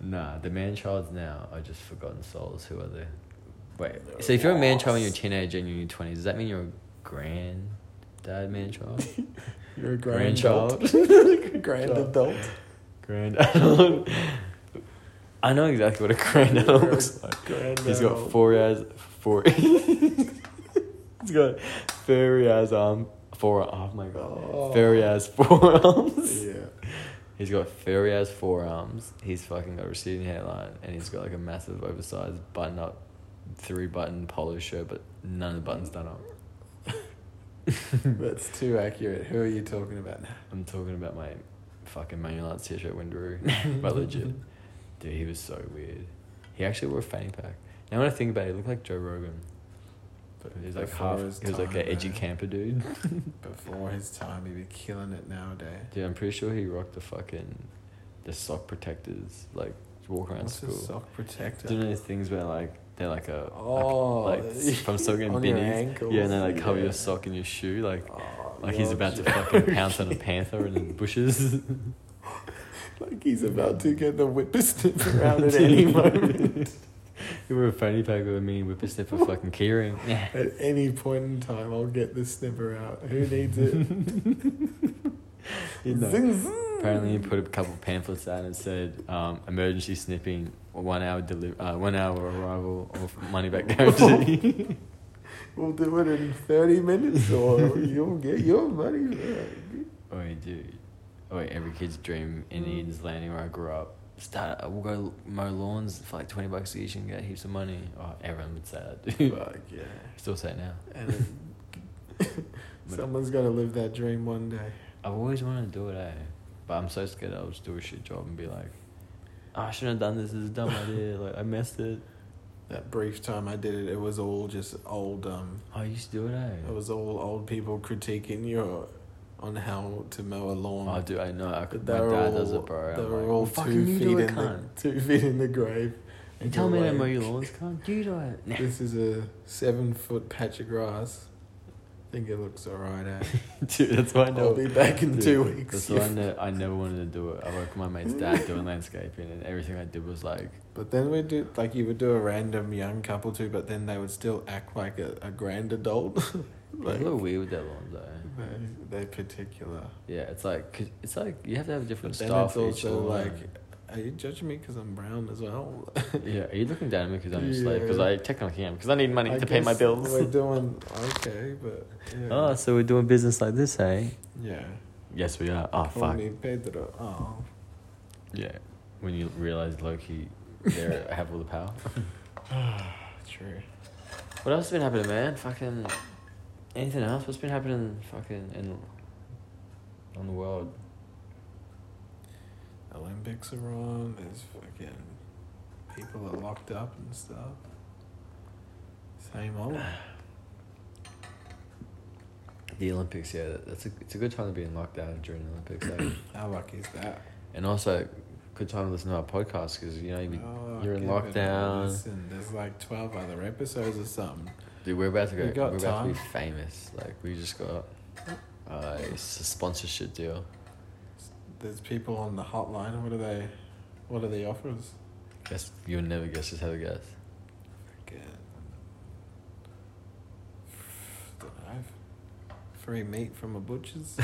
Speaker 1: Nah, the man childs now are just forgotten souls. Who are they? Wait, so if you're a man child when you're a teenager and you're in your twenties, does that mean you're a granddad man child?
Speaker 2: You're a grand
Speaker 1: Grandchild.
Speaker 2: adult. grand adult.
Speaker 1: Grand adult. I know exactly what a grand adult
Speaker 2: Grand-
Speaker 1: looks like.
Speaker 2: grand
Speaker 1: He's got
Speaker 2: adult.
Speaker 1: four eyes, four. He's got fairy eyes arm, four. Oh my god,
Speaker 2: Oh.
Speaker 1: fairy eyes forearms.
Speaker 2: Yeah.
Speaker 1: He's got fairy eyes forearms. He's fucking got a receding hairline, and he's got like a massive oversized button up, three button polo shirt, but none of the buttons done up.
Speaker 2: That's too accurate. Who are you talking about?
Speaker 1: I'm talking about my fucking manual arts t-shirt Windaroo, but legit. Dude, he was so weird. He actually wore a fanny pack. Now when I think about it, he looked like Joe Rogan.
Speaker 2: But
Speaker 1: He was like
Speaker 2: before
Speaker 1: half.
Speaker 2: his
Speaker 1: He was like
Speaker 2: time,
Speaker 1: an edgy
Speaker 2: eh?
Speaker 1: camper dude.
Speaker 2: Before his time, he'd be killing it nowadays.
Speaker 1: Dude, I'm pretty sure he rocked the fucking, the sock protectors like to walk around
Speaker 2: What's a
Speaker 1: school.
Speaker 2: sock protector?
Speaker 1: Do you know those things where like they're like a
Speaker 2: Oh,
Speaker 1: like from sock and
Speaker 2: on your
Speaker 1: binnies?
Speaker 2: ankles.
Speaker 1: Yeah, and they like cover
Speaker 2: Yeah.
Speaker 1: your sock and your shoe like.
Speaker 2: Oh,
Speaker 1: Like he's
Speaker 2: you're
Speaker 1: about to
Speaker 2: joking.
Speaker 1: fucking pounce on a panther in the bushes.
Speaker 2: Like he's about to get the whippersnapper out at any moment.
Speaker 1: You were a fanny pack with a mini whippersnapper fucking keyring. Yeah.
Speaker 2: At any point in time, I'll get the snipper out. Who needs it?
Speaker 1: You know.
Speaker 2: Zing, zing.
Speaker 1: Apparently, he put a couple of pamphlets out and it said um, emergency snipping, one hour deliver, uh, one hour arrival, or money back guarantee.
Speaker 2: We'll do it in 30 minutes or you'll get your money back.
Speaker 1: Oi, dude. Oi, every kid's dream in
Speaker 2: Mm.
Speaker 1: Eden's Landing where I grew up. Start. We'll go mow lawns for like twenty bucks each and get heaps of money. Oh, everyone would say that, dude.
Speaker 2: Fuck yeah.
Speaker 1: Still say it now.
Speaker 2: And it- someone's got to live that dream one day.
Speaker 1: I've always wanted to do it, eh? But I'm so scared I'll just do a shit job and be like, oh, I shouldn't have done this. This is a dumb idea. Like I messed it.
Speaker 2: That brief time I did it, it was all just old, um,
Speaker 1: Oh, you used to do it, eh?
Speaker 2: it was all old people critiquing you on how to mow a lawn.
Speaker 1: Oh, dude, I know. I could,
Speaker 2: But
Speaker 1: my
Speaker 2: they
Speaker 1: dad
Speaker 2: were all,
Speaker 1: does it, bro.
Speaker 2: They
Speaker 1: I'm
Speaker 2: were
Speaker 1: like,
Speaker 2: all
Speaker 1: "Well,
Speaker 2: two
Speaker 1: fucking you
Speaker 2: feet
Speaker 1: do it,
Speaker 2: in the
Speaker 1: cunt.
Speaker 2: two feet in the grave.
Speaker 1: You
Speaker 2: And
Speaker 1: tell
Speaker 2: you're
Speaker 1: me to mow
Speaker 2: like,
Speaker 1: your lawns, cunt. You do it. Nah.
Speaker 2: This is a seven foot patch of grass. I think it looks alright. Eh?
Speaker 1: Dude, that's why I know.
Speaker 2: I'll be back in
Speaker 1: Dude,
Speaker 2: two weeks.
Speaker 1: That's why I, ne- I never wanted to do it. I worked with my mate's dad doing landscaping, and everything I did was like,
Speaker 2: But then we do like you would do a random young couple too, but then they would still act like a, a grand adult. like
Speaker 1: people are weird with their lawns, though.
Speaker 2: they, they're particular.
Speaker 1: Yeah, it's like, 'cause it's like you have to have a different
Speaker 2: But then
Speaker 1: style
Speaker 2: it's
Speaker 1: for each
Speaker 2: also
Speaker 1: lawn.
Speaker 2: like, are you judging me because I'm brown as well?
Speaker 1: yeah, are you looking down at me because I'm your slave? Because
Speaker 2: Yeah.
Speaker 1: I technically am, because I need money
Speaker 2: I
Speaker 1: to pay my
Speaker 2: guess
Speaker 1: bills.
Speaker 2: We're doing okay, but yeah.
Speaker 1: Oh, so we're doing business like this, hey?
Speaker 2: yeah.
Speaker 1: Yes, we are. Oh,
Speaker 2: Call
Speaker 1: fuck.
Speaker 2: me Pedro. Oh.
Speaker 1: Yeah. When you realize Loki, there, I have all the power.
Speaker 2: True.
Speaker 1: What else has been happening, man? Fucking anything else? What's been happening? Fucking in on the world?
Speaker 2: Olympics are on. There's fucking people are locked up and stuff. Same old.
Speaker 1: Ah. The Olympics. Yeah, that- that's a it's a good time to be in lockdown during the Olympics, eh?
Speaker 2: How lucky is that?
Speaker 1: and also good time to listen to our podcast because you know you,
Speaker 2: Oh,
Speaker 1: you're in
Speaker 2: give it a
Speaker 1: lockdown.
Speaker 2: Listen, there's like twelve other episodes or something.
Speaker 1: Dude, we're about to go.
Speaker 2: We
Speaker 1: We
Speaker 2: got
Speaker 1: are about to be
Speaker 2: time.
Speaker 1: famous. Like we just got uh, it's a sponsorship deal.
Speaker 2: There's people on the hotline. What are they? What are the offers?
Speaker 1: Guess you'll never guess. Just have a guess.
Speaker 2: Again. Don't know. Free meat from a butcher's.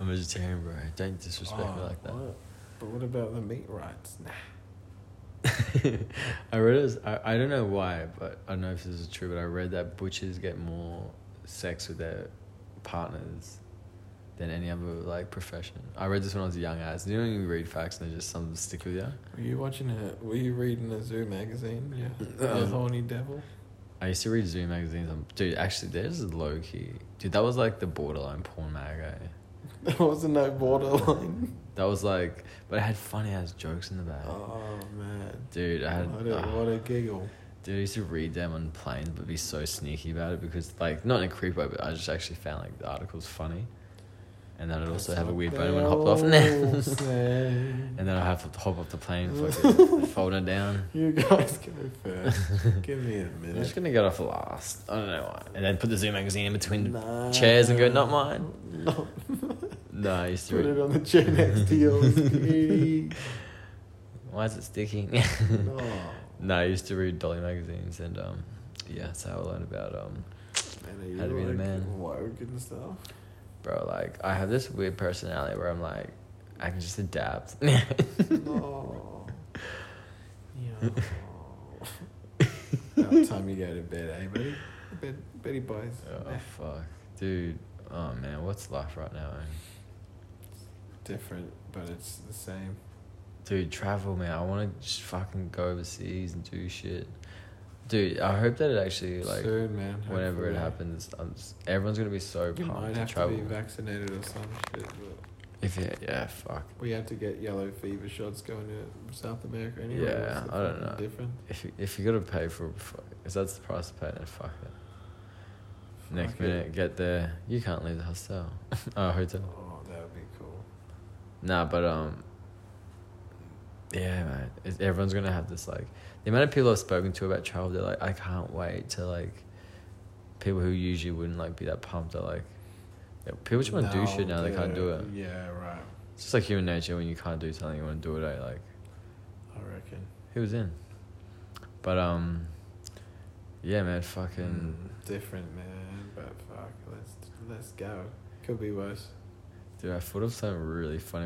Speaker 1: I'm vegetarian, bro. Don't disrespect me
Speaker 2: Oh,
Speaker 1: like that.
Speaker 2: what? But what about the meat rights? Nah.
Speaker 1: I read it. As, I I don't know why, but I don't know if this is true. But I read that butchers get more sex with their partners than any other like profession. I read this when I was a young ass. You know when you read facts and they just some stick with you.
Speaker 2: Were you watching a? Were you reading a zoo magazine? Yeah. Um,
Speaker 1: Uh,
Speaker 2: the horny devil.
Speaker 1: I used to read Zoo magazines. On, dude, actually, there's low key. Dude, that was like the borderline porn mag. eh?
Speaker 2: There wasn't no borderline.
Speaker 1: That was like, but I had funny ass jokes in the back.
Speaker 2: Oh man.
Speaker 1: Dude, I had.
Speaker 2: What a,
Speaker 1: ah.
Speaker 2: what a giggle.
Speaker 1: Dude, I used to read them on planes, but be so sneaky about it because, like, not in a creep way, but I just actually found like the articles funny, and then I'd also have a weird bone when I hopped off,
Speaker 2: They all
Speaker 1: and
Speaker 2: say,
Speaker 1: then I have to hop off the plane, fucking fold it down.
Speaker 2: you guys go first. Give me a
Speaker 1: I'm just
Speaker 2: minute.
Speaker 1: gonna get off last. I don't know why, and then put the Zoo magazine in between the
Speaker 2: Nah.
Speaker 1: chairs and go, not mine.
Speaker 2: No,
Speaker 1: No, I used to
Speaker 2: put it
Speaker 1: read.
Speaker 2: on the chair next to yours. cutie.
Speaker 1: Why is it sticky?
Speaker 2: no.
Speaker 1: no, I used to read Dolly magazines, and um, yeah, that's how I learned about um
Speaker 2: Man, are you
Speaker 1: Had to be the
Speaker 2: like
Speaker 1: man.
Speaker 2: woke and stuff?
Speaker 1: bro like i have this weird personality where i'm like i can just adapt Oh,
Speaker 2: No. Oh. Yeah. About time you go to bed, eh, buddy? Bed, Betty boys.
Speaker 1: oh fuck dude oh man what's life right now man?
Speaker 2: Different, but it's the same.
Speaker 1: dude travel man i want to just fucking go overseas and do shit dude i hope that it actually like
Speaker 2: Soon, man.
Speaker 1: whenever it
Speaker 2: hopefully.
Speaker 1: happens I'm s everyone's gonna be so
Speaker 2: You
Speaker 1: pumped
Speaker 2: might
Speaker 1: to
Speaker 2: have to
Speaker 1: travel
Speaker 2: be vaccinated or some shit.
Speaker 1: If it, yeah, fuck.
Speaker 2: We have to get yellow fever shots going to South America anyway.
Speaker 1: Yeah,
Speaker 2: What's the
Speaker 1: I don't
Speaker 2: fucking
Speaker 1: know.
Speaker 2: Difference?
Speaker 1: If you, if you gotta pay for, it, fuck, if that's the price to pay, then fuck it. Next
Speaker 2: Fuck it.
Speaker 1: minute, get there. You can't leave the hostel. oh, hotel.
Speaker 2: Oh, that would be cool.
Speaker 1: Nah, but um, yeah, man, it, everyone's gonna have this like the amount of people I've spoken to about travel. They're like, I can't wait to like people who usually wouldn't like be that pumped. Are like, yeah, people just want to do shit now. They can't do it.
Speaker 2: dude. Yeah, right.
Speaker 1: It's just like human nature when you can't do something, you want to do it. eh? Like,
Speaker 2: I reckon.
Speaker 1: who was in? But um, yeah, man, fucking.
Speaker 2: Mm, different, man. But fuck, let's let's go. Could be worse.
Speaker 1: Dude, I thought of something really funny